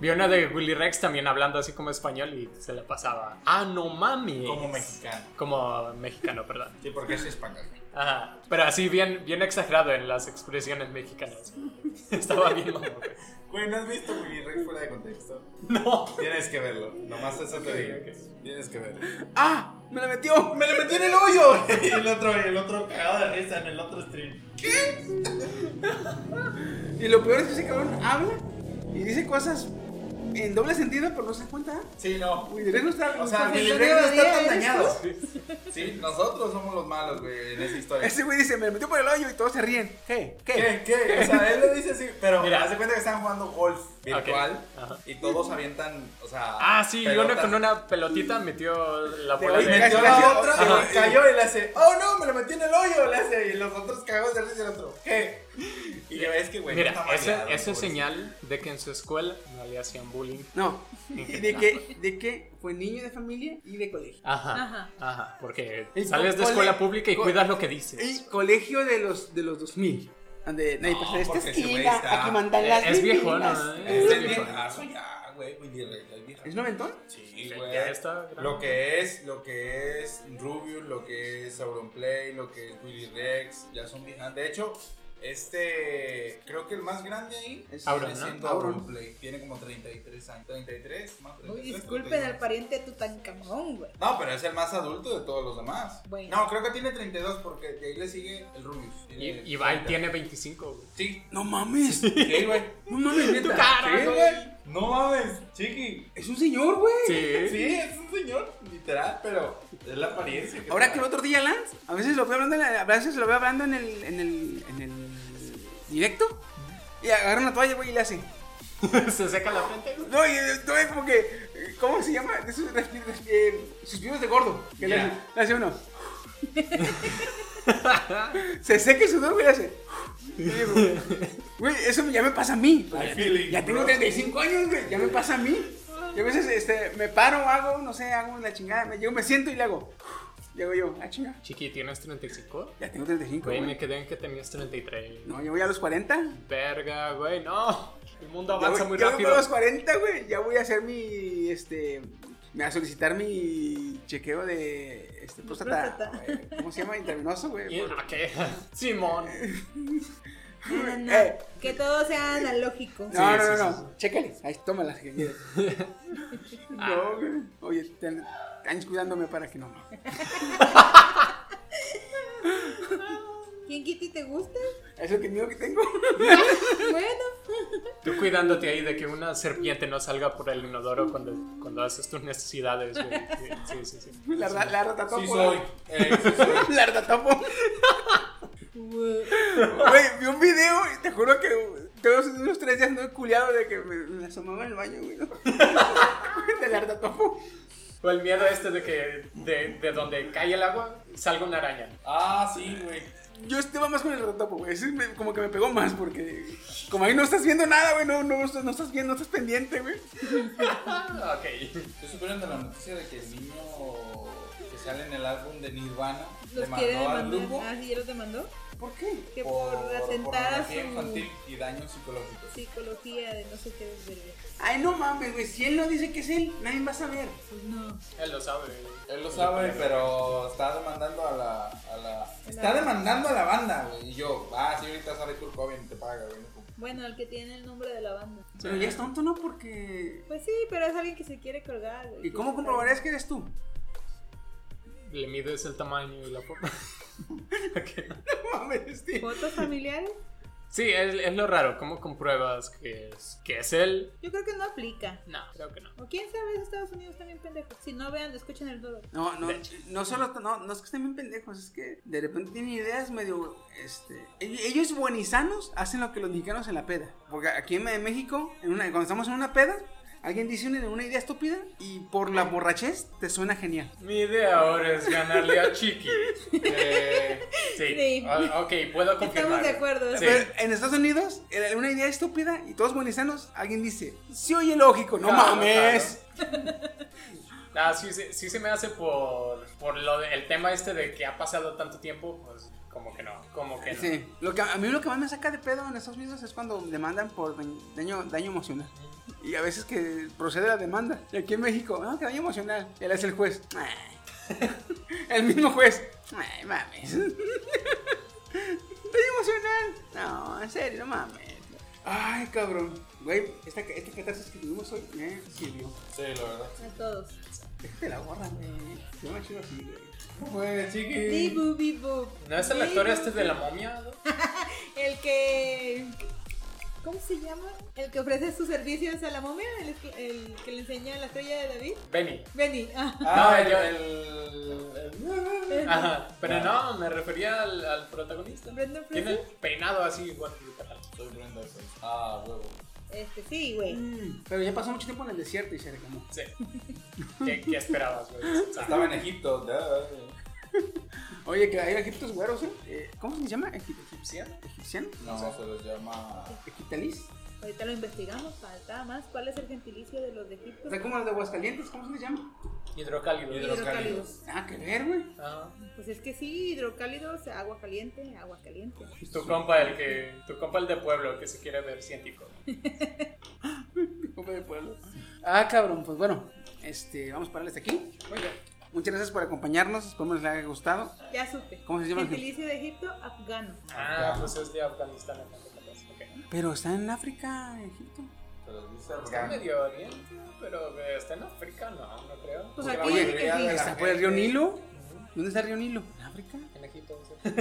Vi una de Willy Rex también hablando así como español y se la pasaba. Ah, no mames.
Como mexicano.
Como mexicano, perdón.
Sí, porque es español.
Ajá. Pero así bien, bien exagerado en las expresiones mexicanas. (laughs) Estaba bien mamón, güey.
Güey, ¿no has visto Willy Rex fuera de contexto?
No.
Tienes que verlo. Nomás eso te digo. Tienes que verlo.
¡Ah! ¡Me la metió!
¡Me le metí en el hoyo! Y (laughs) el otro, el otro cagado de risa en el otro stream.
Y lo peor es que ese cabrón habla y dice cosas en doble sentido, pero no se da cuenta.
Sí, no.
Willy Rex no está.
O sea,
no está-
Billy Rex no está tan
(laughs)
dañado. Sí, nosotros somos los malos, güey, en esa historia.
Ese güey dice, me la metió por el hoyo y todos se ríen. ¿Qué? ¿Qué?
¿Qué? ¿Qué? O sea, él lo dice así, pero
Mira.
mira, haz de cuenta que están jugando golf virtual
Ok, ajá.
y todos avientan, o sea.
Ah, sí,
pelotas.
uno con una pelotita metió la bola
voy
Y
a
de...
metió la
Casi, casi,
otra,
ajá.
y cayó y le hace, oh no, me lo metí en el hoyo, le hace, y los otros cagados de risa y el otro, ¿qué? Y ya ves que, güey,
Mira,
está
ese,
mareado,
ese
pobrecito.
señal de que en su escuela no le hacían bullying.
No. ¿Y de qué? ¿De qué? Fue niño de familia y de colegio.
Ajá,
Ajá.
ajá, porque
Y
sales de
cole-
escuela pública y
co-
cuidas lo que
Y
dices.
colegio de los, de los 2000. Donde nadie pasa de esta
porque ese güey
esquina,
está-
aquí mandan las
Es viejo,
meninas.
¿no?
Es
Es
el
viejo.
viejazo ya, güey, Willy Rex, el viejazo.
¿Es noventón?
Sí,
Ya-
güey.
ya está grande.
Lo que es, lo que es Rubius, lo que es Auronplay, lo que es Willy Rex, ya son viejas. De hecho, este, creo que el más grande ahí es
Auron,
sigue
¿no?
siendo
Auron.
Auronplay. Tiene como 33 años. 33, más
Uy,
33.
disculpen
32.
al pariente Tutankamón, güey.
No, pero es el más adulto de todos los demás.
Bueno.
No, creo que tiene 32 porque de ahí le sigue el Rubius.
Y,
Tiene
y va y
30.
tiene 25. güey.
Sí,
No mames.
sí, güey.
No mames, neta.
cara,
Sí,
güey.
güey. No mames, chiqui.
Es un señor, güey.
(laughs) Sí.
Sí, es un señor, literal, pero es la apariencia. que
Ahora
trae.
que el otro día Lance, a veces lo veo hablando, en la- a veces lo veo hablando en el, en el, en el directo. Y agarra una toalla, güey, y le hace.
Se seca la frente. güey.
No, y eh, no es como que. eh, ¿Cómo se llama? De sus respi- res- eh, suspiros de gordo. Que le,
Ya.
hace, le hace uno. se seca el sudor, güey, le hace. Y digo, Güey, eso ya me pasa a mí.
I feel it,
Ya tengo
bro.
35 años, güey, ya me pasa a mí. Yo a veces este, me paro, hago, no sé, hago la chingada. Me llego, me siento y le hago. Llego yo, ah, chinga.
Chiqui, ¿tienes 35?
Ya tengo 35,
Güey,
güey.
me quedé en que tenías 33.
No, yo voy a los 40.
Verga, güey, no. El mundo
Ya
avanza
voy,
muy
ya voy
rápido.
a los 40, güey. Ya voy a hacer mi, este... Me va a solicitar mi chequeo de este, próstata.
próstata.
güey. ¿Cómo se llama? Intravenoso,
¿Y
güey. por-
a qué? (laughs) Simón.
No, no, no.
Eh.
Que todo sea analógico.
No, no, no, no. Chécale. Ahí, tómala. que
(laughs)
quieres.
Ah.
no, güey. Oye, ten- años cuidándome para que no.
¿Quién Kitty te gusta?
Es lo que miedo
(laughs)
que tengo.
Bueno,
Tú cuidándote ahí de que una serpiente no salga por el inodoro cuando, cuando haces tus necesidades, güey. Sí, sí, sí.
(laughs)
La, ra- la ratatopo.
Sí soy. Eh, sí soy.
(laughs) La ratatopo. Güey, vi un video y te juro que todos unos tres días no he culiado de que me, me asomaba en el baño, güey. ¿no? (laughs) De la ratatopo.
O el miedo este de que de, de donde cae el agua salga una araña.
Ah, sí, güey.
Yo estaba más con el ratatopo, güey. Ese me- como que me pegó más porque como ahí no estás viendo nada, güey. No, no, no estás viendo, no estás pendiente, güey.
Ah, ok.
¿Te supieron de la noticia de que el niño que sale en el álbum de Nirvana
los
demandó
quiere
al
demandar.
grupo?
Ah, sí, ya los demandó.
¿Por qué?
Que por, atentar a
pornografía infantil
su
y daño psicológico.
psicología de no sé qué desvergüenza.
Ay, no mames, güey. Si él no dice que es él, nadie va a saber.
Pues no.
Él lo sabe.
Él lo sabe, pero está demandando a la, a la... Está demandando a la banda, güey. Y yo, ah, sí, ahorita sale Kurt Cobain, te paga, güey. no como-
Bueno, el que tiene el nombre de la banda.
Pero ya es tonto, ¿no? Porque.
Pues sí, pero es alguien que se quiere colgar. güey.
¿Y cómo comprobarías que eres tú?
Le mides el tamaño y la (laughs) forma. Ok.
Mames, tío.
¿Fotos familiares?
Sí, es, es lo raro. ¿Cómo compruebas que es, que es él?
Yo creo que no aplica.
No, creo que no.
O quién sabe, es Estados Unidos también pendejo. Si no vean, escuchen el duro.
No, no, no solo, no, no es que estén bien pendejos, es que de repente tienen ideas medio, este, ell- ellos buenizanos hacen lo que los mexicanos en la peda, porque aquí en México, en una, cuando estamos en una peda, alguien dice una, una idea estúpida y por la borrachez te suena genial.
Mi idea ahora es ganarle a (laughs) Chiqui.
Eh,
Sí.
Sí.
Ah, ok, puedo confirmar.
Estamos de acuerdo.
Sí.
Pero en Estados Unidos, era una idea estúpida y todos buenizanos, alguien dice, sí oye lógico, no
Claro,
mames.
Ah, sí, sí, sí se me hace por, por lo de- el tema este de que ha pasado tanto tiempo, pues como que no, como que no.
Sí, lo que, a mí lo que más me saca de pedo en Estados Unidos es cuando demandan por dañ- daño, daño emocional. Y a veces que procede la demanda. Y aquí en México, no, que daño emocional. Y él es el juez. (laughs) Ay. el mismo juez. Ay, mames. (laughs) daño emocional. No, en serio, no mames. Ay, cabrón. Güey, esta, esta catarsis que tuvimos hoy eh, me sirvió.
sí, la verdad.
A todos.
Déjate la gorra, güey. Se llama chido así, güey.
¿Cómo fue,
Di
Pues, Chiqui?
bu, bi, bu.
¿No es el
Di,
actor
bu,
este de la momia? no?
El que. ¿Cómo se llama? El que ofrece sus servicios a la momia, el, el que le enseña la estrella de David.
Benny.
Benny. Ah, (laughs)
Ah,
No,
el...
yo-
Ah,
el- el-
Ajá,
Ah.
pero no, me refería al, al protagonista.
Brendan
Tiene el
Fraser.
peinado así igual que literal.
Soy Brenda. soy- Ah, huevo.
Este, sí, güey.
Mm, Pero ya pasó mucho tiempo en el desierto y se reclamó.
Sí. ¿Qué, qué esperabas, güey? O sea,
Estaba en Egipto. duh.
Oye, que hay egiptos güeros, ¿eh? Eh, ¿Cómo se llama? ¿Egip- ¿Egipciano? ¿Egipciano?
No, se los llama...
¿Egiptalis?
Ahorita lo investigamos. Falta más. ¿Cuál es el gentilicio de los de Egipto?
Está como los de Aguascalientes, ¿cómo se les llama?
Hidrocálido.
Hidrocálidos.
Ah, que ver, güey. (laughs)
Ajá.
Pues es que sí, hidrocálidos, agua caliente, agua caliente.
Tu compa el que, tu compa el de pueblo que se quiere ver científico.
Compa de pueblo. Ah, cabrón, pues bueno, este, vamos a pararles aquí.
Muy bien.
Muchas gracias por acompañarnos, esperemos les haya gustado.
Ya supe.
¿Cómo se llama el
Gentilicio de Egipto, afgano.
Ah, pues es de Afganistán. ¿no? Ok.
Pero está en África, Egipto.
Se los dice
Está en
Brenda.
Medio Oriente, pero eh, está en África, no, no creo.
Pues
Porque
aquí
Oye,
dice que
ya
sí.
de la-
¿Está por el río Nilo? ¿Dónde está el río Nilo? ¿En África?
En Egipto. sí.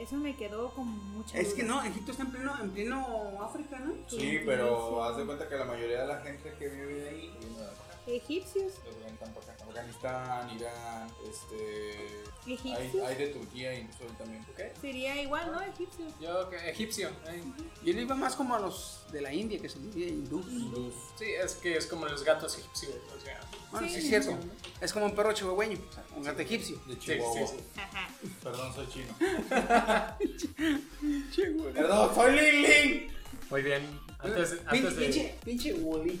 Eso me quedó con mucha
Es que
duda.
no, Egipto está en pleno, en pleno África, ¿no?
Sí, pero haz de cuenta que la mayoría de la gente que vive ahí viene de acá.
Egipcios.
Los orientan para acá. Afganistán, Irán, este... Hay,
Egipcios.
hay de Turquía incluso él también.
Ok.
Sería igual, ¿no? Egipcios.
Yo, que egipcio. eh.
Yo le iba más como a los de la India, que se divide hindú.
Sí, es que es como los gatos egipcios. O sea,
Bueno, sí,
Sí.
es cierto. Es como un perro chihuahueño, o sea, un gato egipcio.
De
sí,
Chihuahua.
sí, sí.
Ajá.
Perdón, soy chino. Perdón, soy Lin Lin.
Muy bien. Antes, antes, de,
Pinche, pinche Wally.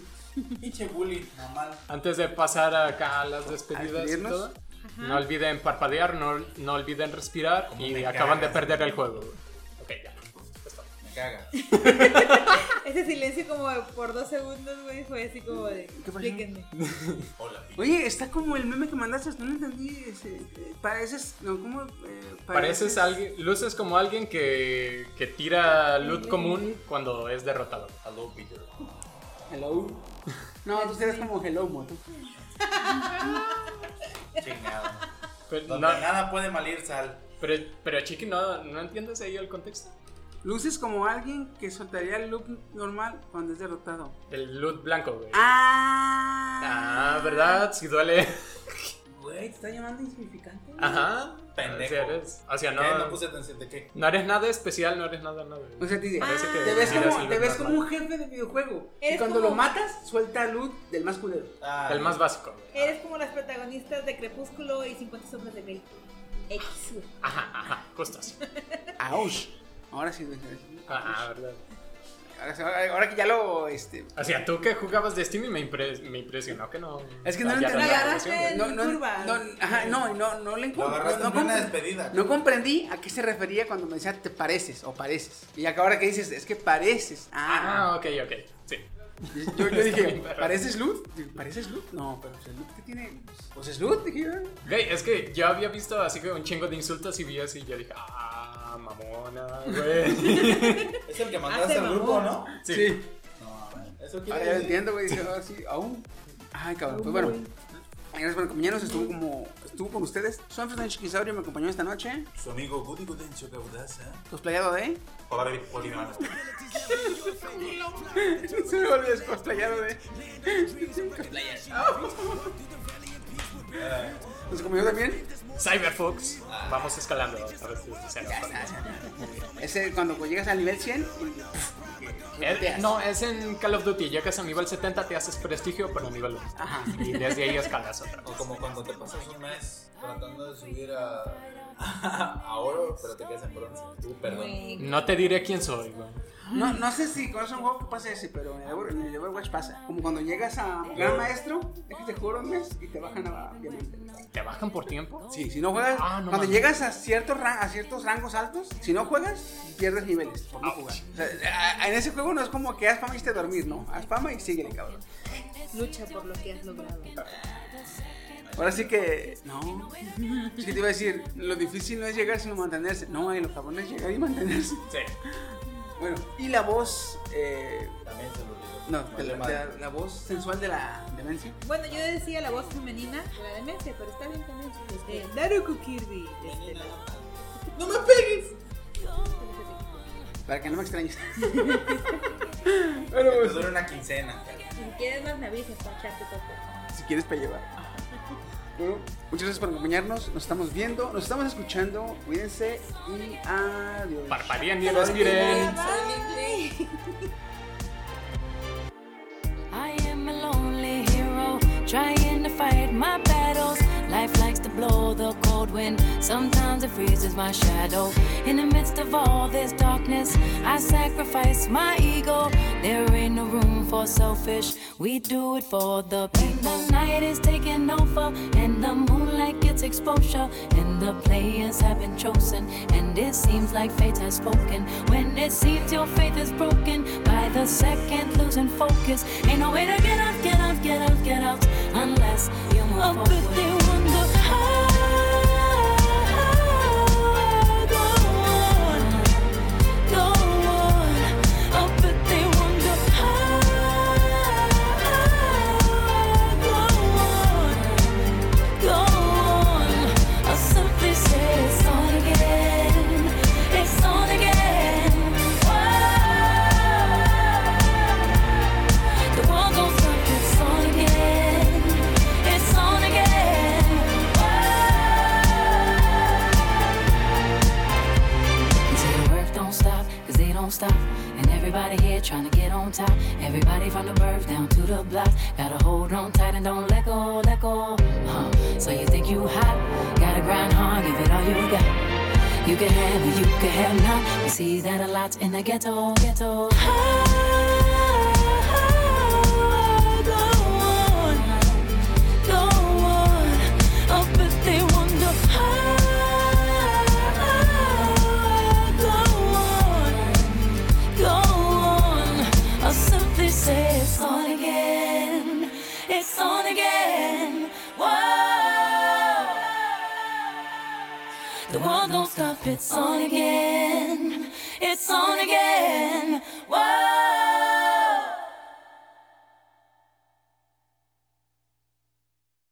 Pinche bully, normal.
antes de pasar acá a las
¿A
despedidas y
despedirnos?
todo,
Ajá.
no olviden parpadear, no, no olviden respirar y acaban de perder el juego. Ok, ya.
Pues,
Me caga.
Ese silencio como por dos segundos, güey, fue así como de...
pasó?
Explíquenme.
Hola, Lin.
Oye, está como el meme que mandaste, no lo entendí. ese, eh, pareces, no, ¿cómo? Eh,
Pareces alguien, luces como alguien que, que tira loot común cuando es derrotado.
Hello, Peter.
(laughs) Hello. No, tú eres como Hello, moto.
Chingado.
Pero,
Donde
no,
nada puede malir sal.
pero, pero, Chiqui, ¿no, ¿no entiendes ahí el contexto?
Luces como alguien que soltaría el loop normal cuando es derrotado.
El loot blanco, güey.
¡Ah!
Ah, ¿verdad? Sí duele.
Güey, te está llamando insignificante.
Ajá. O
Pendejo.
sea, eres- o sea,
No, no
no,
puse atención de qué.
no eres nada especial, no eres nada, nada.
O sea, te, dice,
Parece que
te ves,
miras
como,
el
te
loop
ves como un
normal.
jefe de videojuego. Y
Eres
cuando
como-
lo matas, suelta loot del más culero.
Ah,
el más básico. güey.
Eres como las protagonistas de Crepúsculo y 50 sombras de Grey. X, güey.
Ajá, ajá, justo así.
¡Auch! Ahora sí, güey.
Ah, verdad.
Ahora, ahora que ya lo. Este,
O sea, tú que jugabas Destiny me, impres- me impresionó que no. Ah,
es que no Ah, lo
fallaras
entendí.
la
agarraste
evolución,
No,
en
no,
curva.
no, ajá, no, no, no le
Lo
encuentro.
agarraste
no,
en plena
comprendí.
despedida.
No comprendí a qué se refería cuando me decía te pareces o pareces. Y acá ahora que dices, es que pareces. Ah,
Ah, ok, ok. Sí.
yo, yo
Está
dije,
bien,
(laughs)
perro.
¿pareces Luz? ¿Pareces Luz? No, pero pues, Luz que tiene. Pues es Luz, dije yo.
Güey, es que yo había visto así que un chingo de insultos y vi así y yo dije, ah, mamona, güey.
Es el que mandaste
Hace
al grupo,
mamón.
¿no?
Sí.
No, eso
Ahora ya lo
quiere
entiendo, güey. Dije, ah, sí, aún. Ay, cabrón. Pues bueno. Gracias por acompañarnos. Estuvo como. Estuvo con ustedes. Soy Fernando Chiquisaurio. Me acompañó esta noche.
Su amigo Goody Gudencio Gaudaza.
Cosplayado de. (laughs)
Polimano.
Se me olvidó es cosplayado de. (laughs) Nos acompañó también.
Cyberfox, vamos escalando. A ver si se nos pone.
Ese cuando pues, llegas al nivel 100.
Eh,
te haces?
no, es en Call of Duty. Llegas a nivel 70, te haces prestigio, pero a nivel 1.
Ajá.
Y desde ahí escalas otra.
O como cuando te pasas un mes tratando de subir a, (laughs) a oro, pero te quedas en bronce. Uh, perdón.
Güey,
No te diré quién soy, güey.
No, no sé si con un juego que pasa ese, pero en el, Over- en el Overwatch pasa. Como cuando llegas a Gran Maestro, dejas de jugar un mes y te bajan a Diamante.
¿Te bajan por tiempo?
Sí, si no juegas,
Ah, no
cuando
mames.
llegas a ciertos, ra- a ciertos rangos altos, si no juegas, pierdes niveles por no
Ouch.
jugar. O sea, a- a- en ese juego no es como que haz fama y te dormir, ¿no? Haz fama y síguele, cabrón.
Lucha por lo que has logrado.
Ahora sí que, no. Es que te iba a decir, lo difícil no es llegar sino mantenerse. No, ahí lo cabrón es llegar y mantenerse.
Sí.
Bueno, y la voz, eh,
También se lo olvidó.
no,
Vale,
de la,
madre.
de la- la voz sensual de la demencia.
Bueno, yo decía la voz femenina, de la demencia, pero está bien también. Este, Daruku Kirby. Este,
¡No me pegues!
Para que no me
(laughs)
extrañes. pues,
Pero te dura una quincena. cara.
si quieres más me avisas para echarte todo.
si quieres para llevar. Bueno, muchas gracias por acompañarnos. Nos estamos viendo, nos estamos escuchando. Cuídense y adiós.
Parpadean y respiren.
Bye.
I am a lonely hero, trying to fight my battles. Life likes to blow the cold wind, sometimes it freezes my shadow. In the midst of all this darkness, I sacrifice my ego. There ain't no room for selfish, we do it for the people. The night is taking over, and the moonlight gets exposure, and the players have been chosen, and it seems like fate has spoken. When it seems your faith is broken, by the second losing focus, ain't no way to get up, get up, get up, get up, unless you move up forward. If they wonder how, go on, go on. Up if they wonder how, go on, go on. I simply say it's on again, it's on again. Whoa. The world goes up, it's on again. It's on again. Whoa. They say the work don't stop, cause they don't stop. And everybody here trying to get on top. Everybody from the birth down to the block. Gotta hold on tight and don't let go, let go. Huh. So you think you hot? Gotta grind hard, give it all you got. You can have it, you can have not. We see that a lot in the ghetto, ghetto. It's on again, it's on again. Whoa. The world don't stop, it's on again. It's on again.